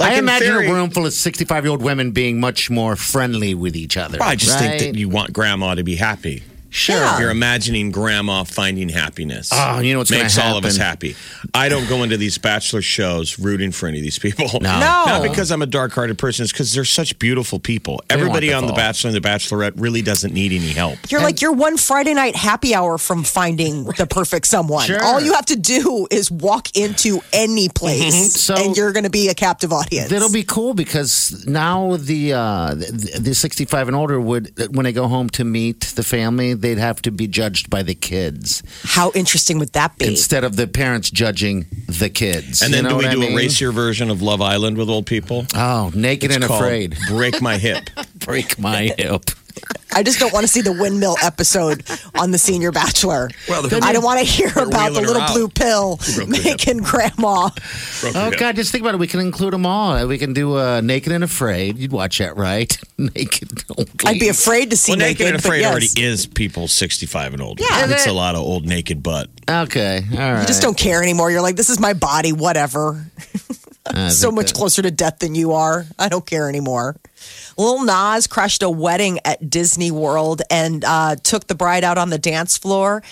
S3: Like
S2: I
S3: in
S2: imagine
S3: theory-
S2: a room full of 65 year old women being much more friendly with each other.
S3: I just think
S2: right?
S3: that you want grandma to be happy.
S2: Sure.
S1: Yeah.
S3: You're imagining grandma finding happiness.
S2: Oh, you know what's gonna
S3: makes all of us
S2: happen.
S3: happy. I don't go into these bachelor shows rooting for any of these people.
S1: No.
S2: No.
S3: Not because I'm a dark-hearted person. It's because they're such beautiful people. Everybody on the
S2: wonderful.
S3: Bachelor and the Bachelorette really doesn't need any help.
S1: You're like you're one Friday night happy hour from finding the perfect someone.
S2: Sure.
S1: All you have to do is walk into any place,
S2: Mm-hmm. So-
S1: and you're going to be a captive audience.
S2: That'll be cool because now the uh, the, the 65 and older would when they go home to meet the family, they'd have to be judged by the kids
S1: how interesting would that be?
S2: instead of the parents judging the kids.
S3: And
S2: You
S3: then
S2: know
S3: do we
S2: what I
S3: do
S2: mean?
S3: a racier version of Love Island with old people?
S2: Oh, naked and
S3: called
S2: afraid.
S3: Break My Hip.
S2: Break my hip.
S1: I just don't want to see the windmill episode on the Senior Bachelor.
S3: Well, they're-
S1: I don't want to hear
S3: they're
S1: about the
S3: wheeling her
S1: little
S3: out.
S1: blue pill making grandma.
S2: Oh God, just think about it. We can include them all. We can do uh, naked and afraid. You'd watch that, right? naked. Only.
S1: I'd be afraid to see
S3: Well, naked, and
S1: but
S3: afraid
S1: yes.
S3: already is people 65 and older.
S1: Yeah.
S3: it's a lot of old naked butt.
S2: Okay, all right.
S1: You just don't care anymore. You're like, this is my body, whatever. I'm so much closer to death than you are. I don't care anymore. Lil Nas crashed a wedding at Disney World and uh, took the bride out on the dance floor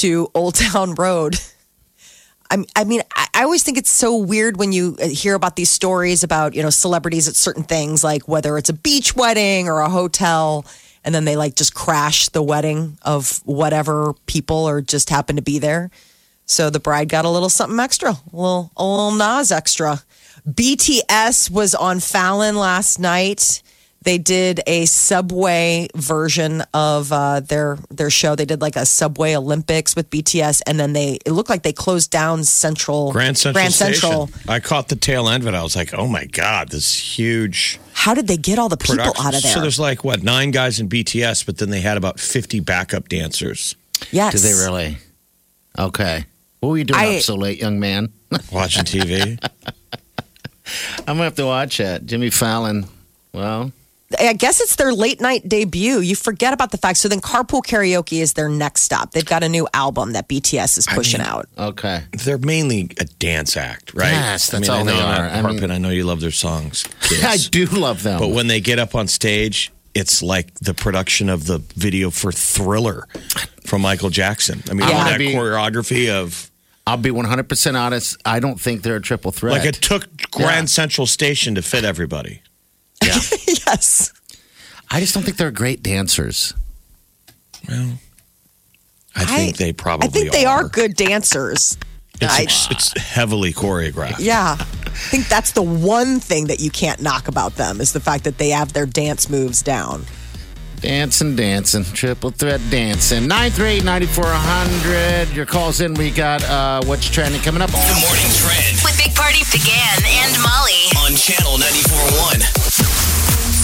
S1: to Old Town Road. I'm- I mean, I I always think it's so weird when you uh, hear about these stories about, you know, celebrities at certain things, like whether it's a beach wedding or a hotel, and then they like just crash the wedding of whatever people or just happen to be there. So the bride got a little something extra, a little, a little Nas extra. BTS was on Fallon last night. They did a subway version of uh, their their show. They did like a subway Olympics with BTS, and then they it looked like they closed down Central
S3: Grand Central
S1: Grand Central.
S3: Station. I caught the tail end of it. I was like, oh my God, this huge
S1: How did they get all the people
S3: production.
S1: out of there?
S3: So there's like, what, nine guys in BTS, but then they had about 50 backup dancers.
S1: yes,
S2: Do they really? Okay. What were you doing
S1: I-
S2: up so late, young man?
S3: Watching TV,
S2: I'm gonna have to watch that. Jimmy Fallon. Well,
S1: I guess it's their late night debut. You forget about the fact. So then Carpool Karaoke is their next stop. They've got a new album that BTS is pushing out.
S2: okay.
S3: they're mainly a dance act, right?
S2: Yes, that's
S3: I
S2: all
S3: know
S2: they
S3: I'm
S2: are.
S3: not
S2: I mean-
S3: harping. I know you love their songs, kids.
S2: I do love them.
S3: But when they get up on stage, it's like the production of the video for Thriller from Michael Jackson. I mean,
S2: I
S3: all
S2: wanna
S3: that
S2: be-
S3: choreography of
S2: I'll be 100% honest. I don't think they're a triple threat.
S3: like it took Grand Central Station to fit everybody.
S1: yes.
S2: I just don't think they're great dancers.
S3: Well, I think they probably
S1: I think they are
S3: are.
S1: good dancers.
S3: It's,
S1: I-
S3: it's, it's heavily choreographed.
S1: Yeah. I think that's the one thing that you can't knock about them is the fact that they have their dance moves down.
S2: Dancing, dancing, triple threat dancing. 938 9400. Your calls in. We got uh, what's trending coming up.
S5: The morning trend
S4: With Big Party began and Molly.
S5: on channel 94.1.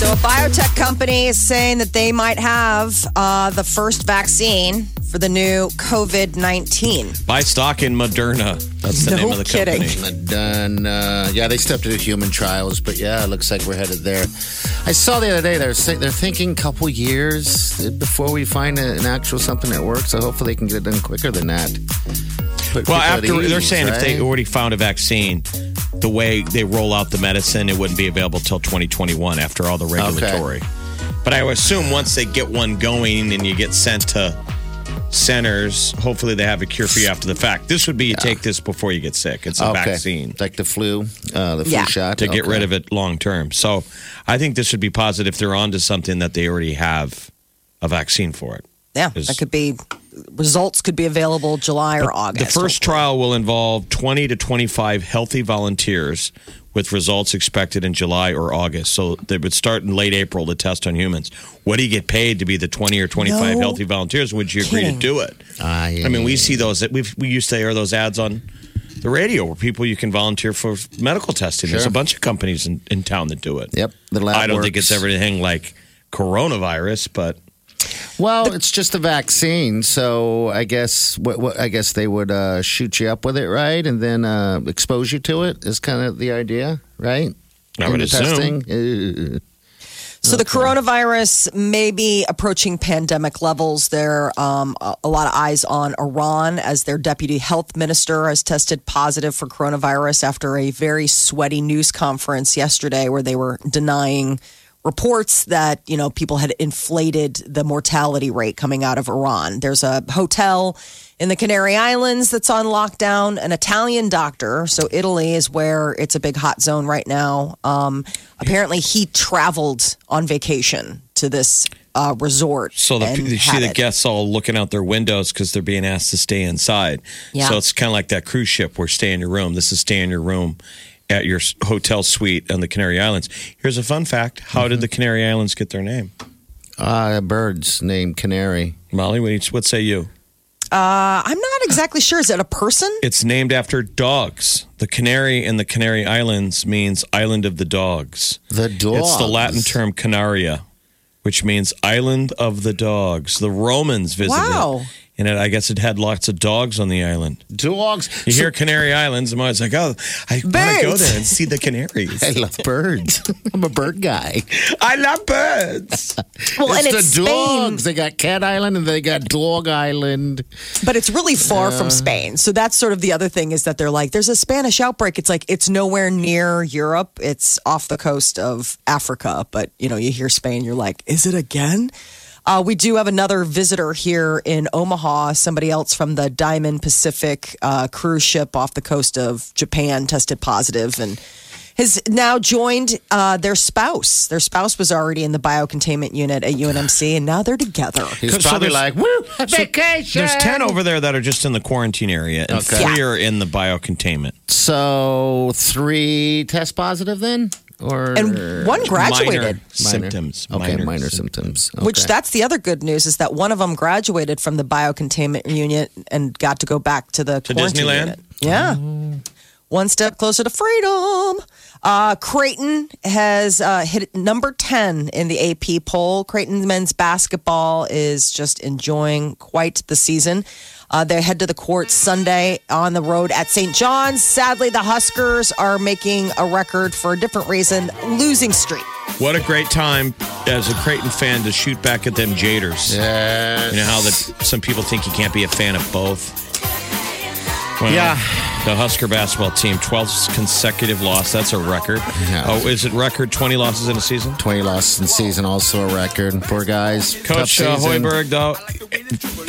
S1: So, a biotech company is saying that they might have uh, the first vaccine for the new COVID 19.
S3: Buy stock in Moderna. That's the
S1: No
S3: name of the
S1: kidding.
S3: company.
S2: Done. Uh, yeah, they stepped into human trials, but yeah, it looks like we're headed there. I saw the other day they're say- they're thinking couple years before we find a, an actual something that works. So hopefully they can get it done quicker than that. Put people
S3: Well,
S2: at
S3: after they're
S2: ease,
S3: saying if they
S2: right?
S3: already found a vaccine, the way they roll out the medicine, it wouldn't be available till 2021 after all the regulatory. But I would assume once they get one going and you get sent to centers, hopefully they have a cure for you after the fact. This would be you take this before you get sick. It's a
S2: Okay.
S3: vaccine.
S2: Like the flu, uh, the flu
S1: Yeah.
S2: shot.
S3: to get
S2: Okay.
S3: rid of it long term. So I think this would be positive. They're onto something that they already have a vaccine for it.
S1: Yeah,
S3: Is-
S1: that could be results could be available July or
S3: The
S1: August.
S3: first trial will involve 20 to 25 healthy volunteers with results expected in July or August. So they would start in late April to test on humans. What do you get paid to be the 20 or 25
S1: No
S3: healthy volunteers? Would you agree to
S1: kidding.
S3: do it?
S2: Ah, yeah,
S3: I mean, we
S2: yeah,
S3: see those that we've, we used to air those ads on the radio where people you can volunteer for medical testing. There's a
S2: Sure.
S3: bunch of companies in, in town that do it.
S2: Yep, the lab
S3: I don't think
S2: works.
S3: it's everything like coronavirus, but
S2: Well, it's just a vaccine, so I guess what, what I guess they would uh, shoot you up with it, right, and then uh, expose you to it is kind of the idea, right?
S3: I
S2: In
S3: would
S2: the
S3: assume.
S2: testing. Uh,
S1: So the coronavirus may be approaching pandemic levels. There um, a a lot of eyes on Iran as their deputy health minister has tested positive for coronavirus after a very sweaty news conference yesterday where they were denying reports that you know people had inflated the mortality rate coming out of Iran. There's a hotel in the Canary Islands that's on lockdown. An Italian doctor, so Italy is where it's a big hot zone right now. Um, apparently, he traveled on vacation to this uh, resort.
S3: So the,
S1: and
S3: you see
S1: had
S3: the
S1: it.
S3: guests all looking out their windows because they're being asked to stay inside.
S1: Yeah.
S3: So it's kind of like that cruise ship where stay in your room. This is stay in your room at your s- hotel suite on the Canary Islands. Here's a fun fact: How
S2: Mm-hmm.
S3: did the Canary Islands get their name?
S2: Ah, a bird's named Canary.
S3: Molly, what what say you?
S1: Uh, I'm not exactly sure. Is it a person?
S3: It's named after dogs. The Canary in the Canary Islands means island of the dogs.
S2: The dog.
S3: It's the Latin term canaria, which means island of the dogs. The Romans visited.
S1: Wow.
S3: And it, I guess it had lots of dogs on the island.
S2: Dogs.
S3: You hear Canary Islands, I'm always like, oh, I want to go
S1: Birds.
S3: there and see the canaries.
S2: I love birds. I'm a bird guy.
S3: I love birds.
S1: Well,
S2: it's
S1: and
S2: the
S1: it's Spain,
S2: dogs. They got Cat Island and they got Dog Island.
S1: but it's really far from Spain. So that's sort of the other thing is that they're like, there's a Spanish outbreak. It's like it's nowhere near Europe. It's off the coast of Africa. But you know, you hear Spain, you're like, is it again? Uh, we do have another visitor here in Omaha. Somebody else from the Diamond Pacific uh, cruise ship off the coast of Japan tested positive and has now joined uh, their spouse. Their spouse was already in the biocontainment unit at UNMC, and now they're together.
S2: He's
S3: So
S2: probably
S3: there's-
S2: like, woo, vacation.
S3: There's 10 over there that are just in the quarantine area, and
S2: Okay.
S3: three are in the biocontainment.
S2: So three test positive then, or
S1: And one graduated.
S3: Minor, symptoms.
S2: Okay, minor, symptoms.
S1: Which
S2: Okay.
S1: that's the other good news is that one of them graduated from the biocontainment unit and got to go back to the
S3: To
S1: quarantine
S3: Disneyland? Oh.
S1: unit. Yeah. One step closer to freedom. Uh, Creighton has uh, hit number 10 in the AP poll. Creighton men's basketball is just enjoying quite the season. Uh, they head to the court Sunday on the road at St. John's. Sadly, the Huskers are making a record for a different reason losing streak.
S3: What a great time as a Creighton fan to shoot back at them Jaders.
S2: Yes.
S3: You know how that some people think you can't be a fan of both. Well,
S2: Yeah.
S3: The Husker basketball team, 12th consecutive loss. That's a record.
S2: Yeah.
S3: Oh, is it record 20 losses in a season?
S2: twenty losses in season, also a record. Poor guys.
S3: Coach uh,
S2: Tough season.
S3: Hoiberg, though,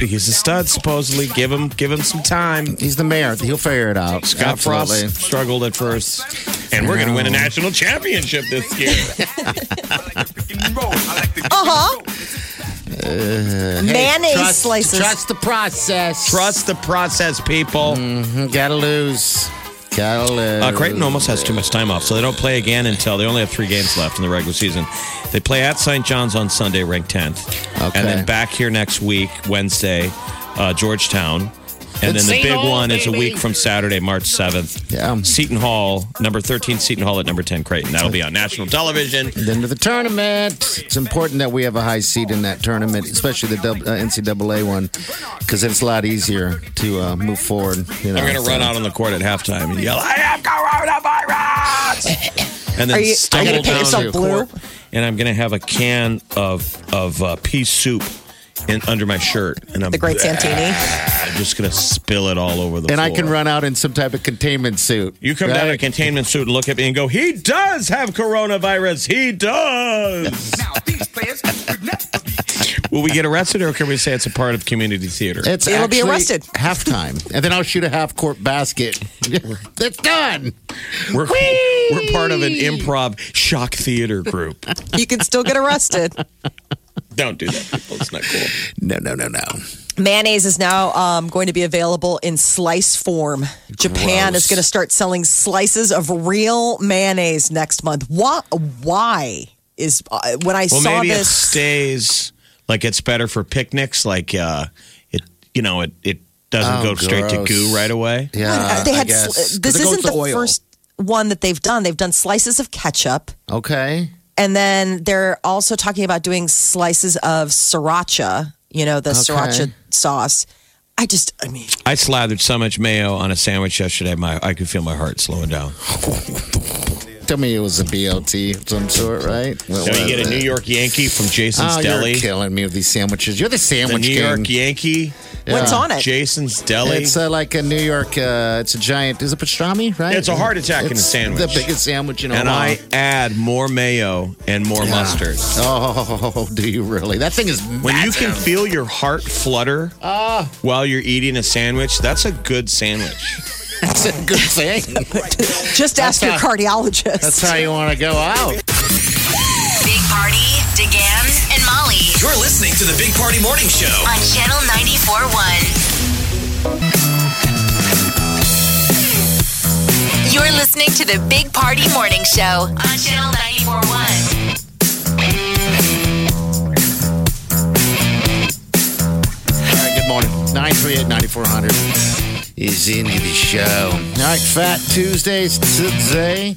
S3: he's a stud, supposedly. Give him, give him some time.
S2: He's the mayor. He'll figure it out.
S3: Scott
S2: Absolutely.
S3: Frost struggled at first, and we're going to win a national championship this year.
S1: Uh-huh. Mayonnaise
S2: Trust,
S1: slices.
S2: trust the process.
S3: Trust the process, people.
S2: Mm, Gotta lose. Gotta lose.
S3: Uh, Creighton almost has too much time off, so they don't play again until they only have three games left in the regular season. They play at St. John's on Sunday, ranked 10th.
S2: Okay.
S3: And then back here next week, Wednesday, uh, Georgetown. And then the
S2: Seton
S3: big
S2: Hall,
S3: one is a
S2: baby.
S3: week from Saturday, March 7th.
S2: Yeah.
S3: Seton Hall, number 13, Seton Hall at number 10, Creighton. That'll be on national television.
S2: Then to the tournament. It's important that we have a high seed in that tournament, especially the dub- uh, NCAA one, because it's a lot easier to uh, move forward. You know,
S3: They're going to
S2: so.
S3: run out on the court at halftime and yell, I have coronavirus! and then
S1: Are you- are you
S3: stumble
S1: gonna paint
S3: down
S1: yourself
S3: to the
S1: blue?
S3: court, and I'm going to have a can of, of uh, pea soup in, under my shirt. And I'm
S1: the great Santini.
S3: I'm just going to spill it all over the
S2: And I can
S3: floor.
S2: run out in some type of containment suit.
S3: You come down in a containment suit and look at me and go, he does have coronavirus. He does.
S10: these players would never
S3: Will we get arrested, or can we say it's a part of community theater?
S2: It's
S1: It'll be
S2: actually
S1: arrested.
S2: halftime, and then I'll shoot a half court basket. it's done.
S3: We're, we're part of an improv shock theater group.
S1: You can still get arrested.
S3: Don't do that. People. It's not cool.
S2: No, no, no, no.
S1: Mayonnaise is now um, going to be available in slice form. Japan
S2: Gross.
S1: is going to start selling slices of real mayonnaise next month. Why? Why is uh, when I
S3: Well,
S1: saw
S3: maybe it
S1: this?
S3: stays like it's better for picnics. Like uh, it, you know, it it doesn't
S2: Oh,
S3: go straight to
S2: gross.
S3: goo right away.
S2: Yeah,
S1: uh, they
S2: uh, I
S1: had
S2: guess.
S1: sli-
S2: 'Cause
S1: this
S2: it goes
S1: isn't
S2: to
S1: the
S2: oil.
S1: first one that they've done. They've done slices of ketchup,
S2: Okay.
S1: and then they're also talking about doing slices of sriracha. You know, the sriracha sauce. I just, I mean,
S3: I slathered so much mayo on a sandwich yesterday. My I could feel my heart slowing down.
S2: Tell me it was a BLT of some sort, right? What
S3: So you
S2: was
S3: get a
S2: it?
S3: New York Yankee from Jason's
S2: Oh,
S3: Deli.
S2: you're killing me with these sandwiches. You're the
S3: The
S2: sandwich
S3: New York
S2: king.
S3: Yankee.
S1: what's on it?
S3: Jason's Deli.
S2: It's uh, like a New York. Uh, it's a giant. Is it pastrami? Right?
S3: It's a heart attack in a
S2: It's
S3: sandwich.
S2: The biggest sandwich in
S3: and
S2: Omaha.
S3: I add more mayo and more mustard.
S2: Oh, do you really? That thing is massive.
S3: When you can feel your heart flutter
S2: Ah.
S3: while you're eating a sandwich, that's a good sandwich.
S2: that's a good thing.
S1: Just ask your
S2: how-
S1: cardiologist.
S2: That's how you want to go out.
S4: Big Party, DeGan, and Molly
S5: You're listening to the Big Party Morning Show.
S4: on Channel 94.1. You're listening to the Big Party Morning Show on Channel 94.1.
S2: All right, good morning. 938-9400 is into the show. All right, Fat Tuesdays today.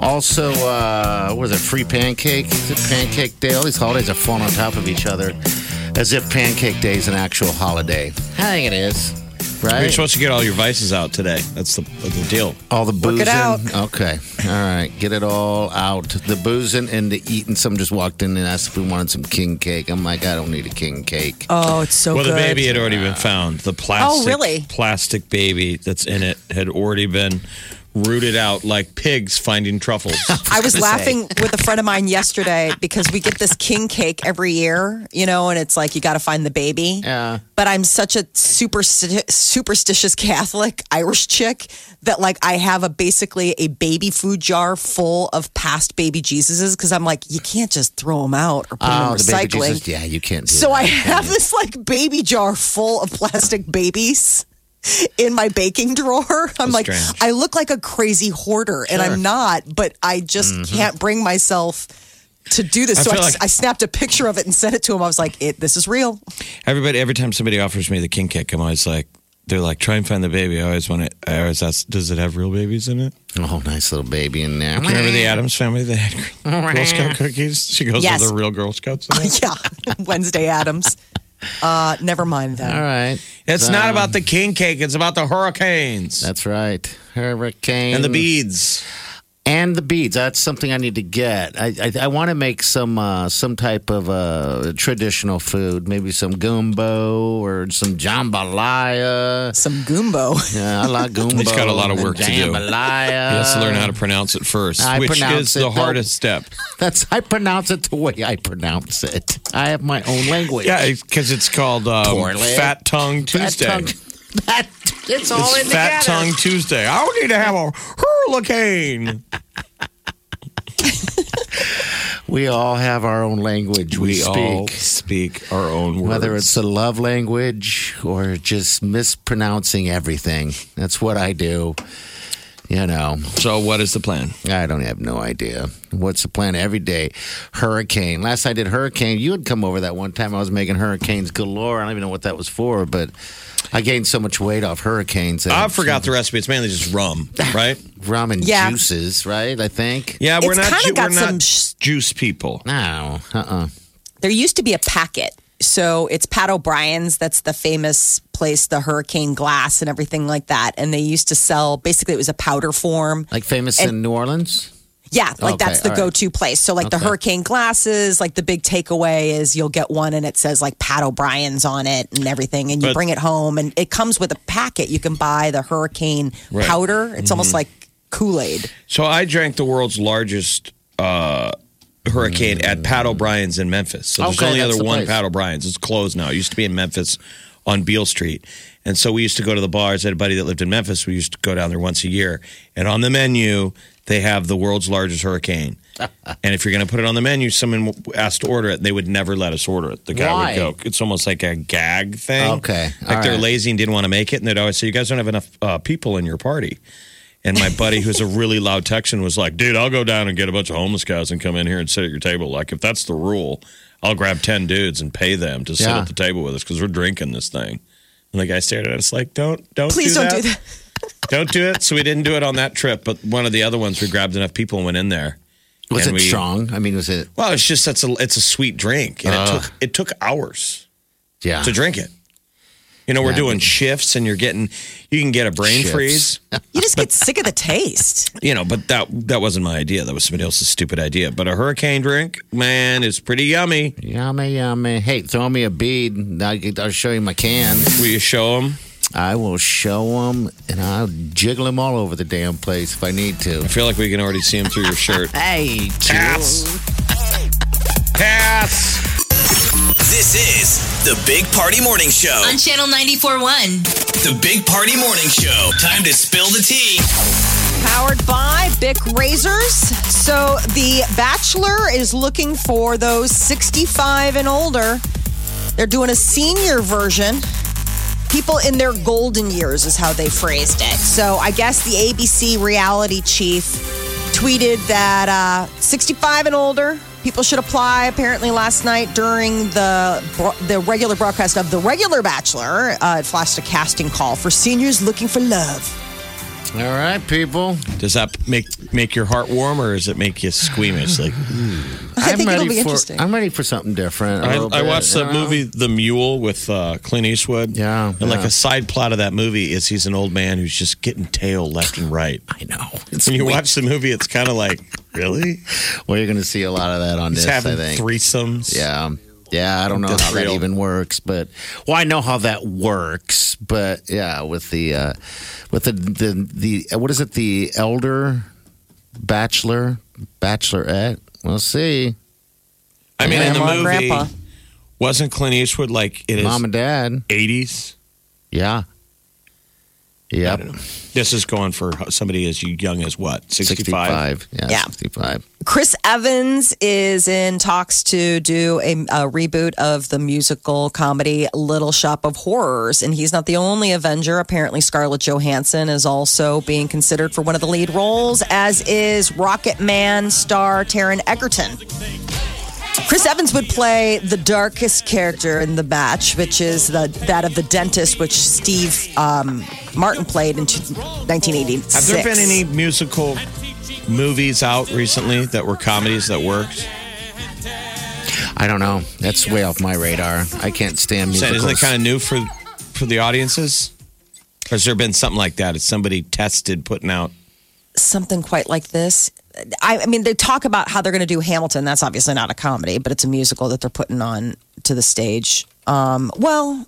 S2: Also, uh, what is it, free pancake? Is it Pancake Day? All these holidays are falling on top of each other as if Pancake Day is an actual holiday. I think it is,
S3: You're
S2: right?
S3: supposed to get all your vices out today. That's the, the deal.
S2: all the boozing.
S1: it out.
S2: Okay, all right, get it all out. The boozing and the eating. Some just walked in and asked if we wanted some king cake. I'm like, I don't need a king cake.
S1: oh, it's so
S3: well,
S1: good. Oh,
S3: the baby had already been found. The plastic,
S1: really?
S3: plastic baby that's in it had already been rooted out like pigs finding truffles.
S1: I was laughing with a friend of mine yesterday because we get this king cake every year, you know, and it's like you got to find the baby.
S2: Yeah.
S1: But I'm such a supersti- superstitious Catholic Irish chick that like I have a basically a baby food jar full of past baby Jesuses because I'm like you can't just throw them out or put
S2: Oh,
S1: them in
S2: the baby
S1: recycling.
S2: Jesus. Yeah, you can't. Do
S1: so
S2: that.
S1: I have this like baby jar full of plastic babies in my baking drawer. I'm like,
S3: strange.
S1: I look like a crazy hoarder, and I'm not, but I just can't bring myself to do this.
S3: Mm-hmm. I
S1: so I,
S3: feel
S1: s-
S3: like-
S1: I snapped a picture of it and sent it to him. I was like, it, this is real.
S3: Everybody, every time somebody offers me the king cake, I'm always like, they're like, try and find the baby. I always want it. I always ask, does it have real babies in it?
S1: Mm.
S2: Oh, nice little baby in there.
S3: Remember the Adams family? They had Girl Scout cookies. She goes,
S1: Mm. Yes.
S3: are there real Girl Scouts? in it?"
S1: yeah. Wednesday Adams. Uh, never mind that.
S2: All right.
S3: It's
S2: So,
S3: not about the king cake. It's about the hurricanes
S2: That's right. Hurricane.
S3: and the beads.
S2: And the beads. That's something I need to get. I I, I want to make some uh, some type of uh, traditional food. Maybe some gumbo or some jambalaya.
S1: Some Goombo.
S2: Yeah, I like gumbo.
S3: He's got a lot of
S2: and
S3: work to do.
S2: jambalaya.
S3: He has to learn how to pronounce it first,
S2: Um, I
S3: which
S2: pronounce
S3: is
S2: it,
S3: the
S2: though.
S3: hardest step.
S2: That's I pronounce it the way I pronounce it. I have my own language.
S3: Yeah, because it's called um,
S2: Poorly.
S3: Fat Tongue
S2: Fat
S3: Tuesday.
S2: tongue- That, it's all in
S3: It's Fat
S2: together.
S3: Tongue Tuesday. I don't need to have a hurricane.
S2: We all have our own language. We, speak.
S3: speak our own words.
S2: Whether it's a love language or just mispronouncing everything. That's what I do. You know,
S3: so, what is the plan?
S2: I don't have no idea. What's the plan every day? Hurricane. Last I did hurricane, you had come over that one time. I was making hurricanes galore. I don't even know what that was for, but I gained so much weight off hurricanes. that
S3: I forgot the recipe. It's mainly just rum, right?
S2: rum and
S1: Yeah.
S2: juices, right? I think.
S3: Yeah, we're
S1: It's
S3: not
S1: kinda
S3: ju-
S1: got
S3: we're not
S1: some sh-
S3: juice people.
S2: No, uh uh
S1: there used to be a packet. So it's Pat O'Brien's. That's the famous place, the hurricane glass and everything like that. And they used to sell basically it was a powder form.
S2: Like famous in New Orleans?
S1: Yeah, like
S2: Okay,
S1: that's the
S2: all right.
S1: go-to place. So like the
S2: Okay.
S1: hurricane glasses, like the big takeaway is you'll get one and it says like Pat O'Brien's on it and everything, and you
S3: But-
S1: bring it home and it comes with a packet. You can buy the hurricane
S3: Right.
S2: Mm-hmm.
S1: powder. It's almost like Kool Aid.
S3: So I drank the world's largest uh, hurricane at Pat O'Brien's in Memphis. So there's
S2: Okay,
S3: only
S2: that's
S3: other
S2: the
S3: one
S2: place.
S3: Pat O'Brien's. It's closed now. It used to be in Memphis on Beale Street. And so we used to go to the bars. I had a buddy that lived in Memphis. We used to go down there once a year. And on the menu, they have the world's largest hurricane. and if you're going to put it on the menu, someone asked to order it, and they would never let us order it. The guy
S2: Why?
S3: would go, it's almost like a gag thing.
S2: Okay,
S3: Like
S2: all
S3: they're
S2: right.
S3: lazy and didn't want to make it. And they'd always say, you guys don't have enough uh, people in your party. And my buddy, who's a really loud Texan, was like, dude, I'll go down and get a bunch of homeless guys and come in here and sit at your table. Like, if that's the rule, I'll grab 10 dudes and pay them to sit
S2: Yeah.
S3: at the table with us because we're drinking this thing. And the guy stared at us like, don't, don't,
S1: Please
S3: do
S1: don't
S3: that.
S1: do that.
S3: Don't do it. So we didn't do it on that trip. But one of the other ones, we grabbed enough people and went in there.
S2: Was
S3: And
S2: it
S3: we-
S2: strong? I mean, was it?
S3: Well, it's just, that's a, it's a sweet drink. And
S2: Uh.
S3: it took, it took hours
S2: Yeah.
S3: to drink it. You know, we're
S2: Yeah.
S3: doing shifts and you're getting, you can get a brain
S2: Shifts.
S3: freeze.
S1: You just get sick of the taste.
S3: you know, but that that wasn't my idea. That was somebody else's stupid idea. But a hurricane drink, man, is pretty yummy.
S2: Yummy, yummy. Hey, throw me a bead. and I- I'll show you my can.
S3: Will you show them?
S2: I will show them, and I'll jiggle them all over the damn place if I need
S3: I
S2: to.
S3: feel like we can already see them through your shirt.
S2: Hey,
S3: Pass. Pass.
S5: This is the Big Party Morning Show.
S4: On Channel 94.1.
S5: The Big Party Morning Show. Time to spill the tea.
S1: Powered by Bic Razors. So The Bachelor is looking for those 65 and older. They're doing a senior version. People in their golden years is how they phrased it. So I guess the ABC reality chief tweeted that uh, 65 and older people should apply. Apparently, last night during the bro- the regular broadcast of the regular Bachelor, uh, it flashed a casting call for seniors looking for love.
S2: All right, people.
S3: Does that make make your heart warm or does it make you squeamish? Like
S1: I
S2: I'm
S1: think it'll
S2: ready
S1: be
S2: for.
S1: interesting.
S2: I'm ready for something different. a
S3: I,
S2: little
S3: I
S2: bit,
S3: watched the
S2: you know?
S3: movie The Mule with uh, Clint Eastwood.
S2: Yeah,
S3: and like
S2: yeah.
S3: a side plot of that movie is he's an old man who's just getting tail left and right.
S2: I know. It's
S3: When you
S2: weak.
S3: watch the movie, it's kind of like really
S2: well, you're going to see a lot of that on
S3: he's
S2: this.
S3: having
S2: I think.
S3: threesomes.
S2: Yeah. Yeah, I don't know how that
S3: Unreal.
S2: even works, but well, I know how that works, but yeah, with the uh, with the the the what is it? The elder bachelor bachelorette. We'll see.
S3: I mean, in the
S1: Grandma and
S3: movie,
S1: grandpa.
S3: wasn't Clint Eastwood like in his
S2: Mom and dad.
S3: 80s?
S2: Yeah. Yep.
S3: This is going for somebody as young as what? 65?
S2: Yeah,
S1: Yeah.
S2: 65.
S1: Chris Evans is in talks to do a, a reboot of the musical comedy Little Shop of Horrors, and he's not the only Avenger. Apparently, Scarlett Johansson is also being considered for one of the lead roles, as is Rocket Man star Taron Egerton. Chris Evans would play the darkest character in the batch, which is the, that of the dentist, which Steve um, Martin played in 1986.
S3: Have there been any musical movies out recently that were comedies that worked?
S2: I don't know. That's way off my radar. I can't stand
S3: Saying,
S2: musicals.
S3: Isn't it kind of new for for the audiences? Or has there been something like that? Has somebody tested putting out?
S1: something quite like this. I, I mean, they talk about how they're going to do Hamilton. That's obviously not a comedy, but it's a musical that they're putting on to the stage. Um, well,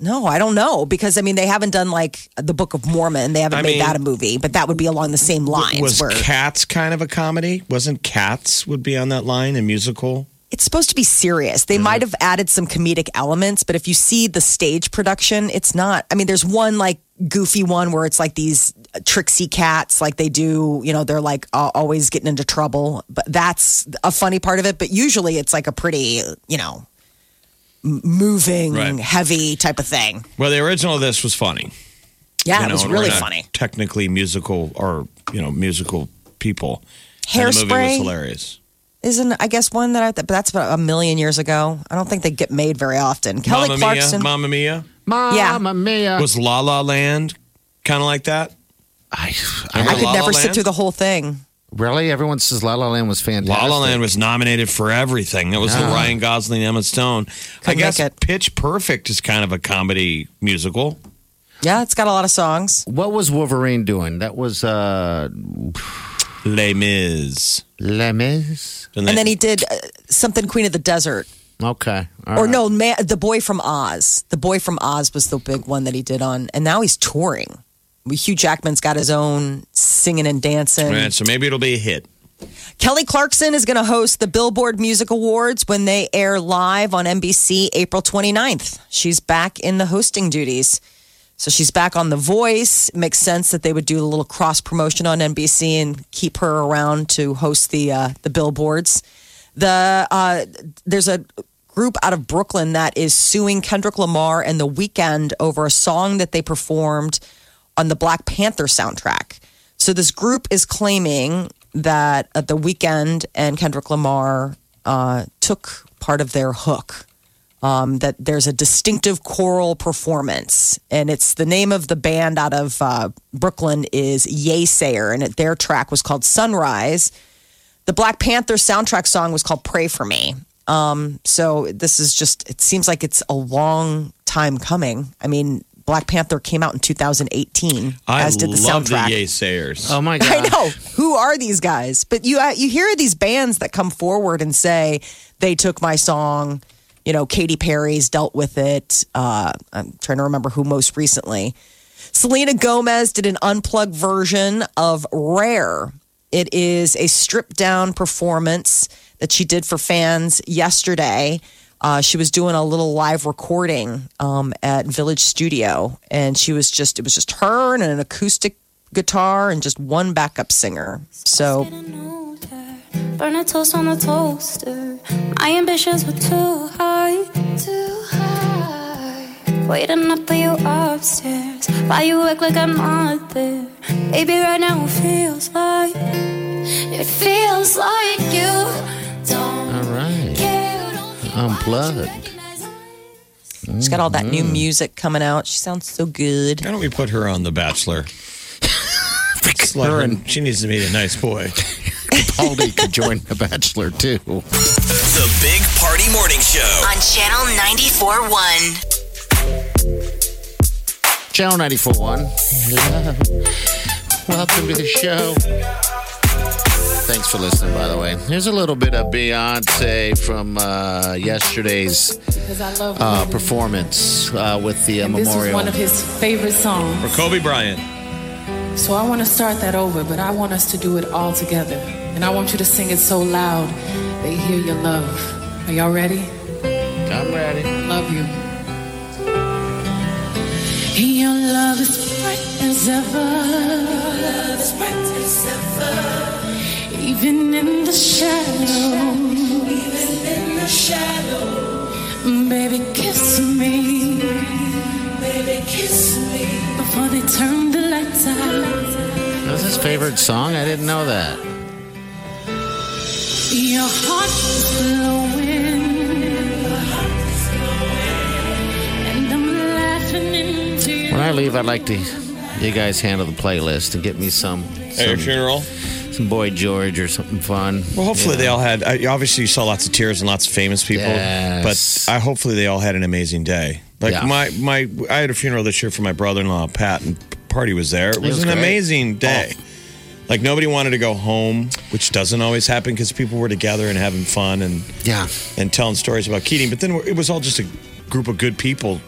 S1: no, I don't know because I mean they haven't done like the Book of Mormon. They haven't
S3: I
S1: made
S3: mean-
S1: that a movie, but that would be along the same lines.
S3: Was
S1: where
S3: Cats kind of a comedy? Wasn't Cats would be on that line in musical?
S1: it's supposed to be serious.
S3: Mm-hmm.
S1: They might have added some comedic elements, but if you see the stage production, it's not. I mean, there's one like goofy one where it's like these tricksy cats, like they do, you know, they're like uh, always getting into trouble. But that's a funny part of it. But usually it's like a pretty, you know, m- moving,
S3: Right.
S1: heavy type of thing.
S3: Well, the original of this was funny.
S1: Yeah,
S3: you
S1: it
S3: know,
S1: was
S3: and we're
S1: really
S3: not
S1: funny.
S3: Technically musical or you know musical people. And the movie was
S1: Hairspray?
S3: hilarious.
S1: Isn't I guess one that I but that's about a million years ago. I don't think they get made very often. Kelly
S3: Mamma
S1: Clarkson.
S3: Mia, Mamma Mia
S2: Mama
S1: Yeah.
S2: mia.
S3: was La La Land kind of like that.
S2: I,
S1: I
S2: I,
S1: could
S3: La La
S1: never sit
S3: Land?
S1: through the whole thing.
S2: really? Everyone says La La Land was
S3: La
S2: fantastic.
S3: La Land was nominated for everything. That was the Ryan Gosling, Emma Stone. I
S1: Couldn't
S3: guess
S1: make it.
S3: Pitch Perfect is kind of a comedy musical.
S1: Yeah, it's got a lot of songs.
S2: What was Wolverine doing? That was uh
S3: Les Mis.
S2: Lemis.
S1: and then he did uh, something Queen of the Desert.
S2: Okay. all
S1: Or
S2: right.
S1: no, Ma the boy from Oz. The boy from Oz was the big one that he did on, and now he's touring. Hugh Jackman's got his own singing and dancing.
S3: All right, so maybe it'll be a hit.
S1: Kelly Clarkson is going to host the Billboard Music Awards when they air live on NBC April 29th. She's back in the hosting duties. So she's back on The Voice. It makes sense that they would do a little cross promotion on NBC and keep her around to host the uh, the billboards. The uh, there's a group out of Brooklyn that is suing Kendrick Lamar and The Weeknd over a song that they performed on the Black Panther soundtrack. So this group is claiming that uh, The Weeknd and Kendrick Lamar uh, took part of their hook. Um, that there's a distinctive choral performance, and it's the name of the band out of uh, Brooklyn is Yaysayer, and it, their track was called Sunrise. The Black Panther soundtrack song was called Pray for Me. Um, so this is just, it seems like it's a long time coming. I mean, Black Panther came out in 2018,
S3: I
S1: as did the
S3: love
S1: soundtrack.
S3: the yaysayers.
S2: Oh my
S1: I
S2: god!
S1: know who are these guys, but you uh, you hear these bands that come forward and say they took my song. You know, Katy Perry's dealt with it. Uh, I'm trying to remember who most recently. Selena Gomez did an unplugged version of Rare. It is a stripped down performance that she did for fans yesterday. Uh, she was doing a little live recording um, at Village Studio, and she was just, it was just her and an acoustic guitar and just one backup singer. So
S10: Burn a toast on the toaster. My ambitions were too high, too high. Waiting up for you upstairs. Why you act like I'm not there? Baby, right now it feels like it feels like you don't
S2: All right,
S10: care.
S2: unplugged.
S1: she's got all that new music coming out. She sounds so good.
S3: Why don't we put her on The Bachelor? Just let her- she needs to meet a nice boy.
S2: Aldi could join The Bachelor too.
S5: The Big Party Morning Show.
S4: on Channel 94.1.
S2: Channel 94.1. Hello. Welcome to the show. Thanks for listening, by the way. Here's a little bit of Beyonce from uh, yesterday's uh, performance uh, with the uh,
S11: This was
S2: memorial.
S11: one of his favorite songs.
S3: For Kobe Bryant.
S11: So I want to start that over, but I want us to do it all together. And I want you to sing it so loud they hear your love. Are y'all ready?
S2: I'm ready.
S11: Love you. Your love is bright as ever. Even in the shadow. Even in the shadow. Baby, kiss me. Baby, kiss me. Before they turn the lights out.
S2: That was his favorite song? I didn't know that.
S11: Your heart is glowing. And I'm laughing into you.
S2: When I leave, I'd like to you guys handle the playlist and get me some
S3: At your
S2: some,
S3: funeral.
S2: some Boy George or something fun.
S3: Well, hopefully
S2: Yeah.
S3: they all had. I- Obviously, you saw lots of tears and lots of famous people,
S2: Yes.
S3: but I hopefully they all had an amazing day. Like
S2: Yeah.
S3: my my, I had a funeral this year for my brother-in-law Pat, and party was there. It was, an
S2: was great. Oh.
S3: amazing day. Like nobody wanted to go home, which doesn't always happen because people were together and having fun and
S2: Yeah.
S3: and telling stories about Keating. But then it was all just a group of good people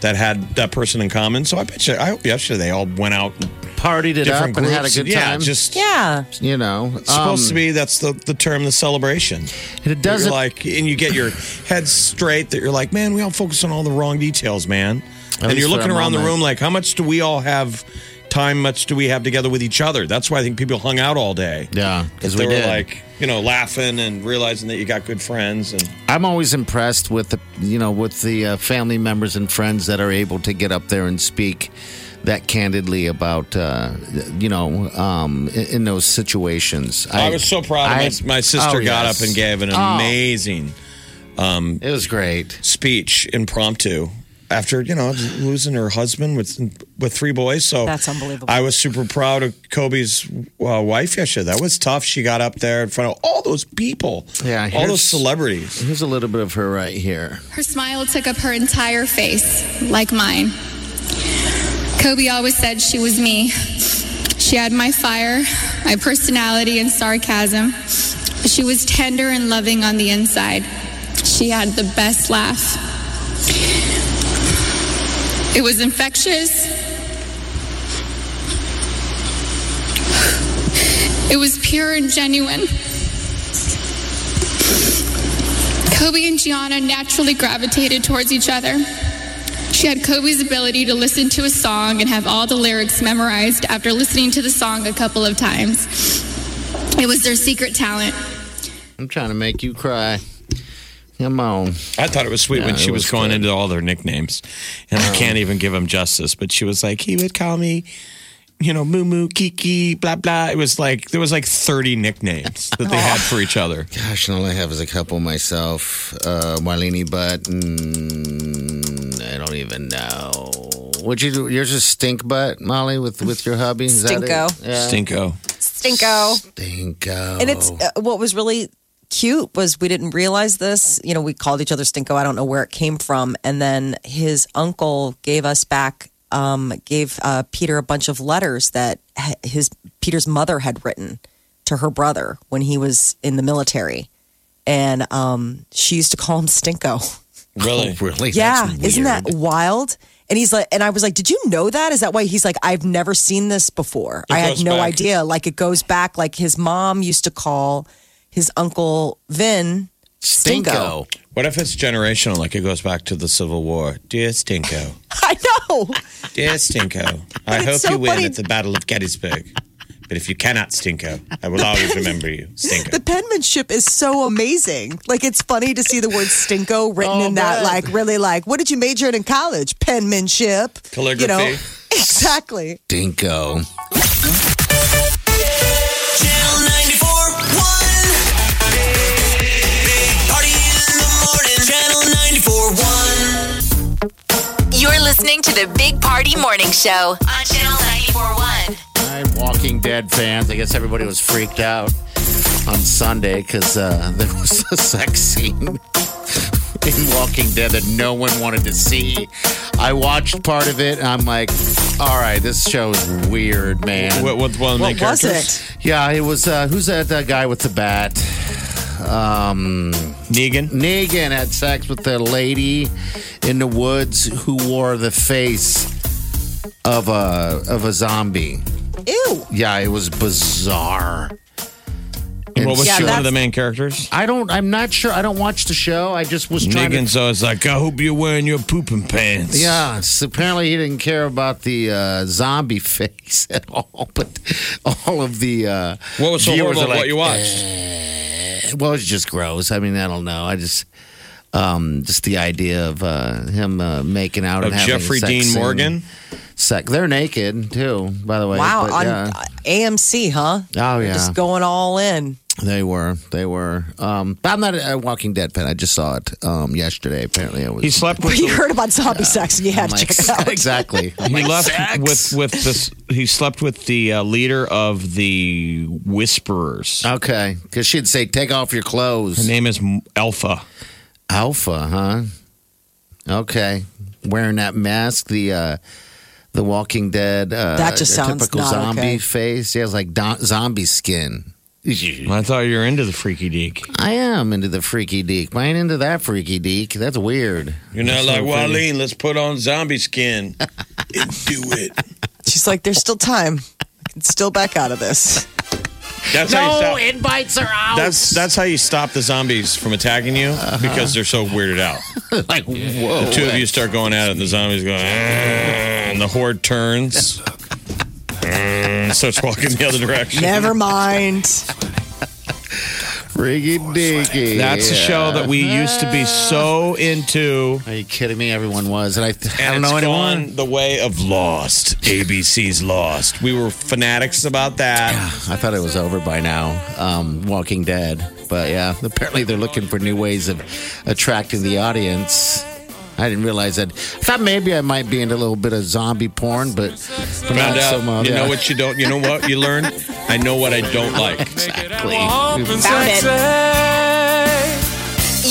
S3: that had that person in common. So I bet you, I hope yesterday they all went out in
S2: Partied it up
S3: different
S2: and
S3: groups.
S2: had a good
S3: yeah,
S2: time.
S3: just
S1: Yeah.
S2: you know.
S3: supposed
S2: um,
S3: to be that's the, the term the celebration
S2: It
S3: That
S2: doesn't
S3: you're like and you get your head straight that you're like man we all focus on all the wrong details man and
S2: least
S3: you're
S2: for
S3: looking
S2: a
S3: around the
S2: moment.
S3: room like how much do we all have time much do we have together with each other that's why i think people hung out all day
S2: Yeah,
S3: because
S2: because
S3: they
S2: we
S3: were
S2: did.
S3: like you know laughing and realizing that you got good friends and
S2: I'm always impressed with the you know with the uh, family members and friends that are able to get up there and speak that candidly about uh, you know um, in, in those situations.
S3: i, was so proud of
S2: I-
S3: my, my sister
S2: oh,
S3: got
S2: yes.
S3: up and gave an
S2: Oh,
S3: amazing
S2: It was great.
S3: speech impromptu after you know losing her husband with with three boys. So
S1: That's unbelievable.
S3: I was super proud of Kobe's uh, wife yesterday. That was tough. She got up there in front of all those people.
S2: Yeah,
S3: all
S2: here's-
S3: those celebrities.
S2: Here's a little bit of her right here.
S12: Her smile took up her entire face, like mine. Kobe always said she was me. She had my fire, my personality, and sarcasm. She was tender and loving on the inside. She had the best laugh. It was infectious. It was pure and genuine. Kobe and Gianna naturally gravitated towards each other. She had Kobe's ability to listen to a song and have all the lyrics memorized after listening to the song a couple of times. It was their secret talent.
S2: I'm trying to make you cry. Come on.
S3: I thought it was sweet when
S2: Yeah,
S3: she
S2: it
S3: was,
S2: was
S3: going into all their nicknames, and I can't even give them justice. But she was like, he would call me, you know, Moo Moo Kiki, blah blah. It was like there was like thirty nicknames that they had for each other.
S2: Gosh, and all I have is a couple myself. Uh, Marlene Butt. And I don't even know. Would you do? Yours is Stink Butt, Molly, with, with your hubby? Is that it?
S1: Stinko.
S2: Yeah.
S3: Stinko.
S1: Stinko.
S2: Stinko.
S1: And it's uh, what was really cute was we didn't realize this. You know, we called each other Stinko. I don't know where it came from. And then his uncle gave us back, um, gave uh, Peter a bunch of letters that h- his Peter's mother had written to her brother when he was in the military, and um, she used to call him Stinko.
S3: Really?
S2: really?
S1: Yeah, isn't that wild? And he's like, and I was like, did you know that? Is that why he's like, I've never seen this before.
S3: It
S1: I had
S3: goes
S1: no
S3: back-
S1: idea. Like it goes back. Like his mom used to call his uncle Vin Stinko.
S3: What if it's generational? Like it goes back to the Civil War. Dear Stinko,
S1: I know.
S3: dear Stinko,
S1: But
S3: I
S1: it's
S3: hope
S1: so
S3: you win
S1: funny.
S3: at the Battle of Gettysburg. But if you cannot, Stinko, I will always remember you, Stinko.
S1: The penmanship is so amazing. Like it's funny to see the word Stinko
S3: Oh,
S1: written in that. Like really, like what did you major in in college? Penmanship. You know,
S2: Calligraphy.
S1: exactly.
S2: Stinko.
S5: Channel 94.1. Big Party in the morning. Channel 94.1.
S4: You're listening to the Big Party Morning Show on Channel 941.
S2: Hi, Walking Dead fans. I guess everybody was freaked out on Sunday because uh, there was a sex scene in Walking Dead that no one wanted to see. I watched part of it and I'm like, all right, this show is weird, man.
S3: What- uh, what- one of the What main was characters?
S2: Yeah, it was, uh, who's that, that guy with the bat? Um,
S3: Negan.
S2: Negan had sex with the lady in the woods who wore the face of a of a zombie.
S1: Ew.
S2: Yeah, it was bizarre.
S3: And what was
S2: Yeah,
S3: she? One of
S2: that's-
S3: the main characters.
S2: I don't. I'm not sure. I don't watch the show. I just was trying
S3: Negan's always like, I hope you're wearing your pooping
S2: to.
S3: pants.
S2: Yeah. s- apparently, he didn't care about the uh, zombie face at all. But all of the uh,
S3: What was so
S2: viewers
S3: horrible
S2: are
S3: about
S2: like,
S3: what you watched?
S2: eh, well, it's just gross. I mean, I don't know. I just. Um, just the idea of uh, him uh, making out
S3: Of
S2: and having
S3: Oh, Jeffrey
S2: sex
S3: Dean
S2: and-
S3: Morgan?
S2: Sex. They're naked too, by the way.
S1: Wow,
S2: but
S1: on
S2: yeah.
S1: uh, AMC, huh?
S2: Oh,
S1: They're
S2: yeah.
S1: just going all in.
S2: They were. They were. Um, but I'm not a Walking Dead fan. I just saw it um, yesterday. Apparently, it was.
S3: He slept with.
S1: you
S3: The,
S1: heard about zombie sex and you had to
S2: I'm like,
S1: check it out.
S2: exactly. I'm
S3: he
S2: like,
S3: left
S2: sex?
S3: with with this. He slept with the uh, leader of the Whisperers.
S2: Okay, because she'd say, "Take off your
S3: Her
S2: clothes."
S3: name is M- Alpha.
S2: Alpha, huh? Okay, wearing that mask, the uh, the Walking Dead. Uh,
S1: That just sounds
S2: typical
S1: not
S2: zombie
S1: okay.
S2: face. Yeah, it's like don- zombie skin.
S3: I thought you were into the freaky deek.
S2: I am into the freaky deek. I ain't into that freaky deek. That's weird.
S3: You're not
S2: That's
S3: like
S2: so
S3: Wileen. Let's put on zombie skin. Do it.
S1: She's like, there's still time. I can still back out of this.
S3: That's how you
S2: No,
S3: stop.
S2: it bites her out.
S3: that's that's how you stop the zombies from attacking you
S2: Uh-huh.
S3: because they're so weirded out.
S2: like whoa.
S3: The two of you start going at it, and the zombies go, "Ah," and the horde turns, Ah, and starts walking the other direction.
S1: Never mind.
S2: Freaky deaky.
S3: That's a show that we used to be so into.
S2: Are you kidding me? Everyone was, and I, I don't
S3: And
S2: know
S3: it's
S2: anyone.
S3: gone the way of Lost. ABC's Lost. We were fanatics about that.
S2: I thought it was over by now. Um, Walking Dead, but yeah, apparently they're looking for new ways of attracting the audience. I didn't realize that. I thought maybe I might be into a little bit of zombie porn, but but
S3: Found
S2: not so
S3: out.
S2: much.
S3: you
S2: yeah.
S3: know what you don't. You know what you learn. I know what I don't like.
S2: Exactly.
S4: Found it.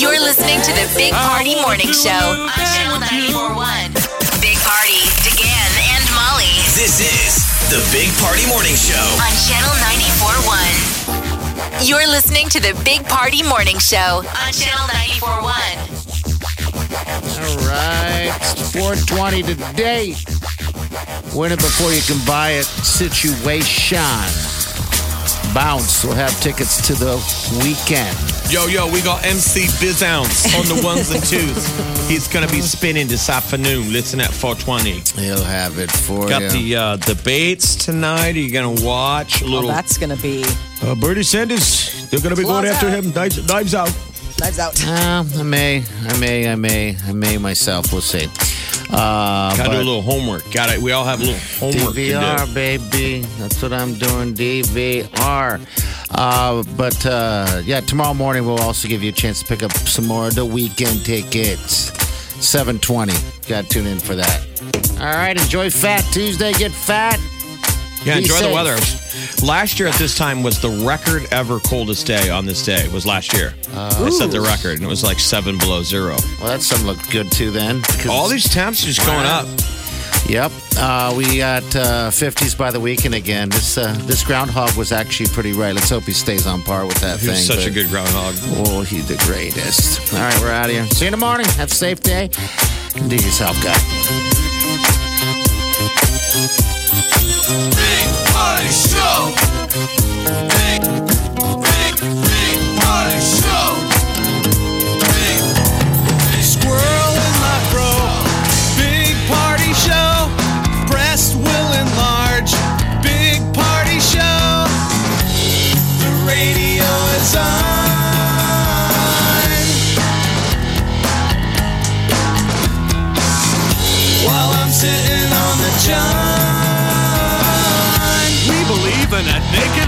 S4: You're listening to the Big Party Morning Show on Channel 941. Big Party, DeGan and Molly
S5: This is the Big Party Morning Show.
S4: on Channel 941. You're listening to the Big Party Morning Show on Channel 941.
S2: All right, it's 420 today. Win it before you can buy it. Situation. Bounce will have tickets to the weekend.
S3: Yo, yo, we got MC Bizounce on the ones and twos. He's going to be spinning this afternoon. Listen at 420.
S2: He'll have it for
S3: Got
S2: you.
S3: the uh, debates tonight. Are you going to watch? Little
S1: Oh, that's going to be
S3: uh, Bernie Sanders. They're going to be
S1: Claws
S3: going after
S1: out.
S3: him. Knives, knives out.
S1: knives out.
S2: Uh, I may, I may, I may, I may myself. We'll see. Uh,
S3: Got to do
S2: but-
S3: a little homework. Got it. We all have a little homework to
S2: DVR,
S3: do.
S2: baby. That's what I'm doing. DVR. Uh, but uh, yeah, tomorrow morning we'll also give you a chance to pick up some more of the weekend tickets. 720. Got to tune in for that. All right. Enjoy Fat Tuesday. Get fat.
S3: Yeah,
S2: Be
S3: enjoy the
S2: safe.
S3: weather. Last year at this time was the record ever coldest day on this day. Was last year. I set the record, and it was like seven below zero.
S2: Well, that sun looked good too then. 'cause-
S3: All these temps just going up.
S2: Yep. Uh, we got uh, 50s by the weekend again. This uh, this groundhog was actually pretty right. Let's hope he stays on par with that
S3: He
S2: thing.
S3: was such a
S2: but-
S3: good groundhog.
S2: Oh, he's the greatest. All right, we're out of here. See you in the morning. Have a safe day. Do yourself good.
S11: Big Party Show. Big, big, big Party Show. Big, big squirrel in my bro. Big Party Show. Breast will enlarge. Big Party Show. The radio is on. While I'm sitting on the john.
S13: We believe in a naked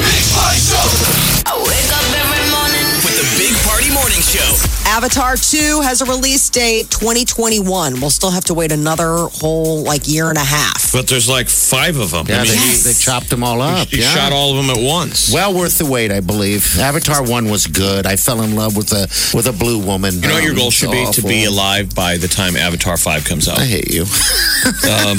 S11: Big party show.
S4: Wake up every morning.
S5: With the Big Party Morning Show.
S1: Avatar 2 has a release date 2021. We'll still have to wait another whole like year and a half.
S3: But there's like five of them.
S2: Yeah, they, they chopped them all up.
S3: He
S2: yeah.
S3: shot all of them at once.
S2: Well worth the wait, I believe. Avatar one was good. I fell in love with a with a blue woman.
S3: You know what your
S2: Um,
S3: goal should be? To
S2: awful.
S3: be alive by the time Avatar 5 comes out.
S2: I hate you.
S3: Um,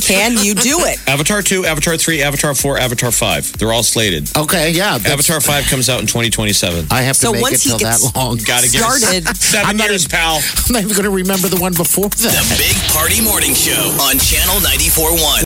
S1: Can you do it?
S3: Avatar 2, Avatar 3, Avatar 4, Avatar 5. They're all slated.
S2: Okay, yeah. that's-
S3: Avatar 5 comes out in 2027.
S2: I have to
S1: So
S2: make
S1: once
S2: it
S1: he
S2: till that
S1: gets
S2: long.
S3: Gotta get
S1: started.
S3: it. Seven years, pal.
S2: I'm not even going to remember the one before that.
S5: Big Party Morning Show on Channel 94.1.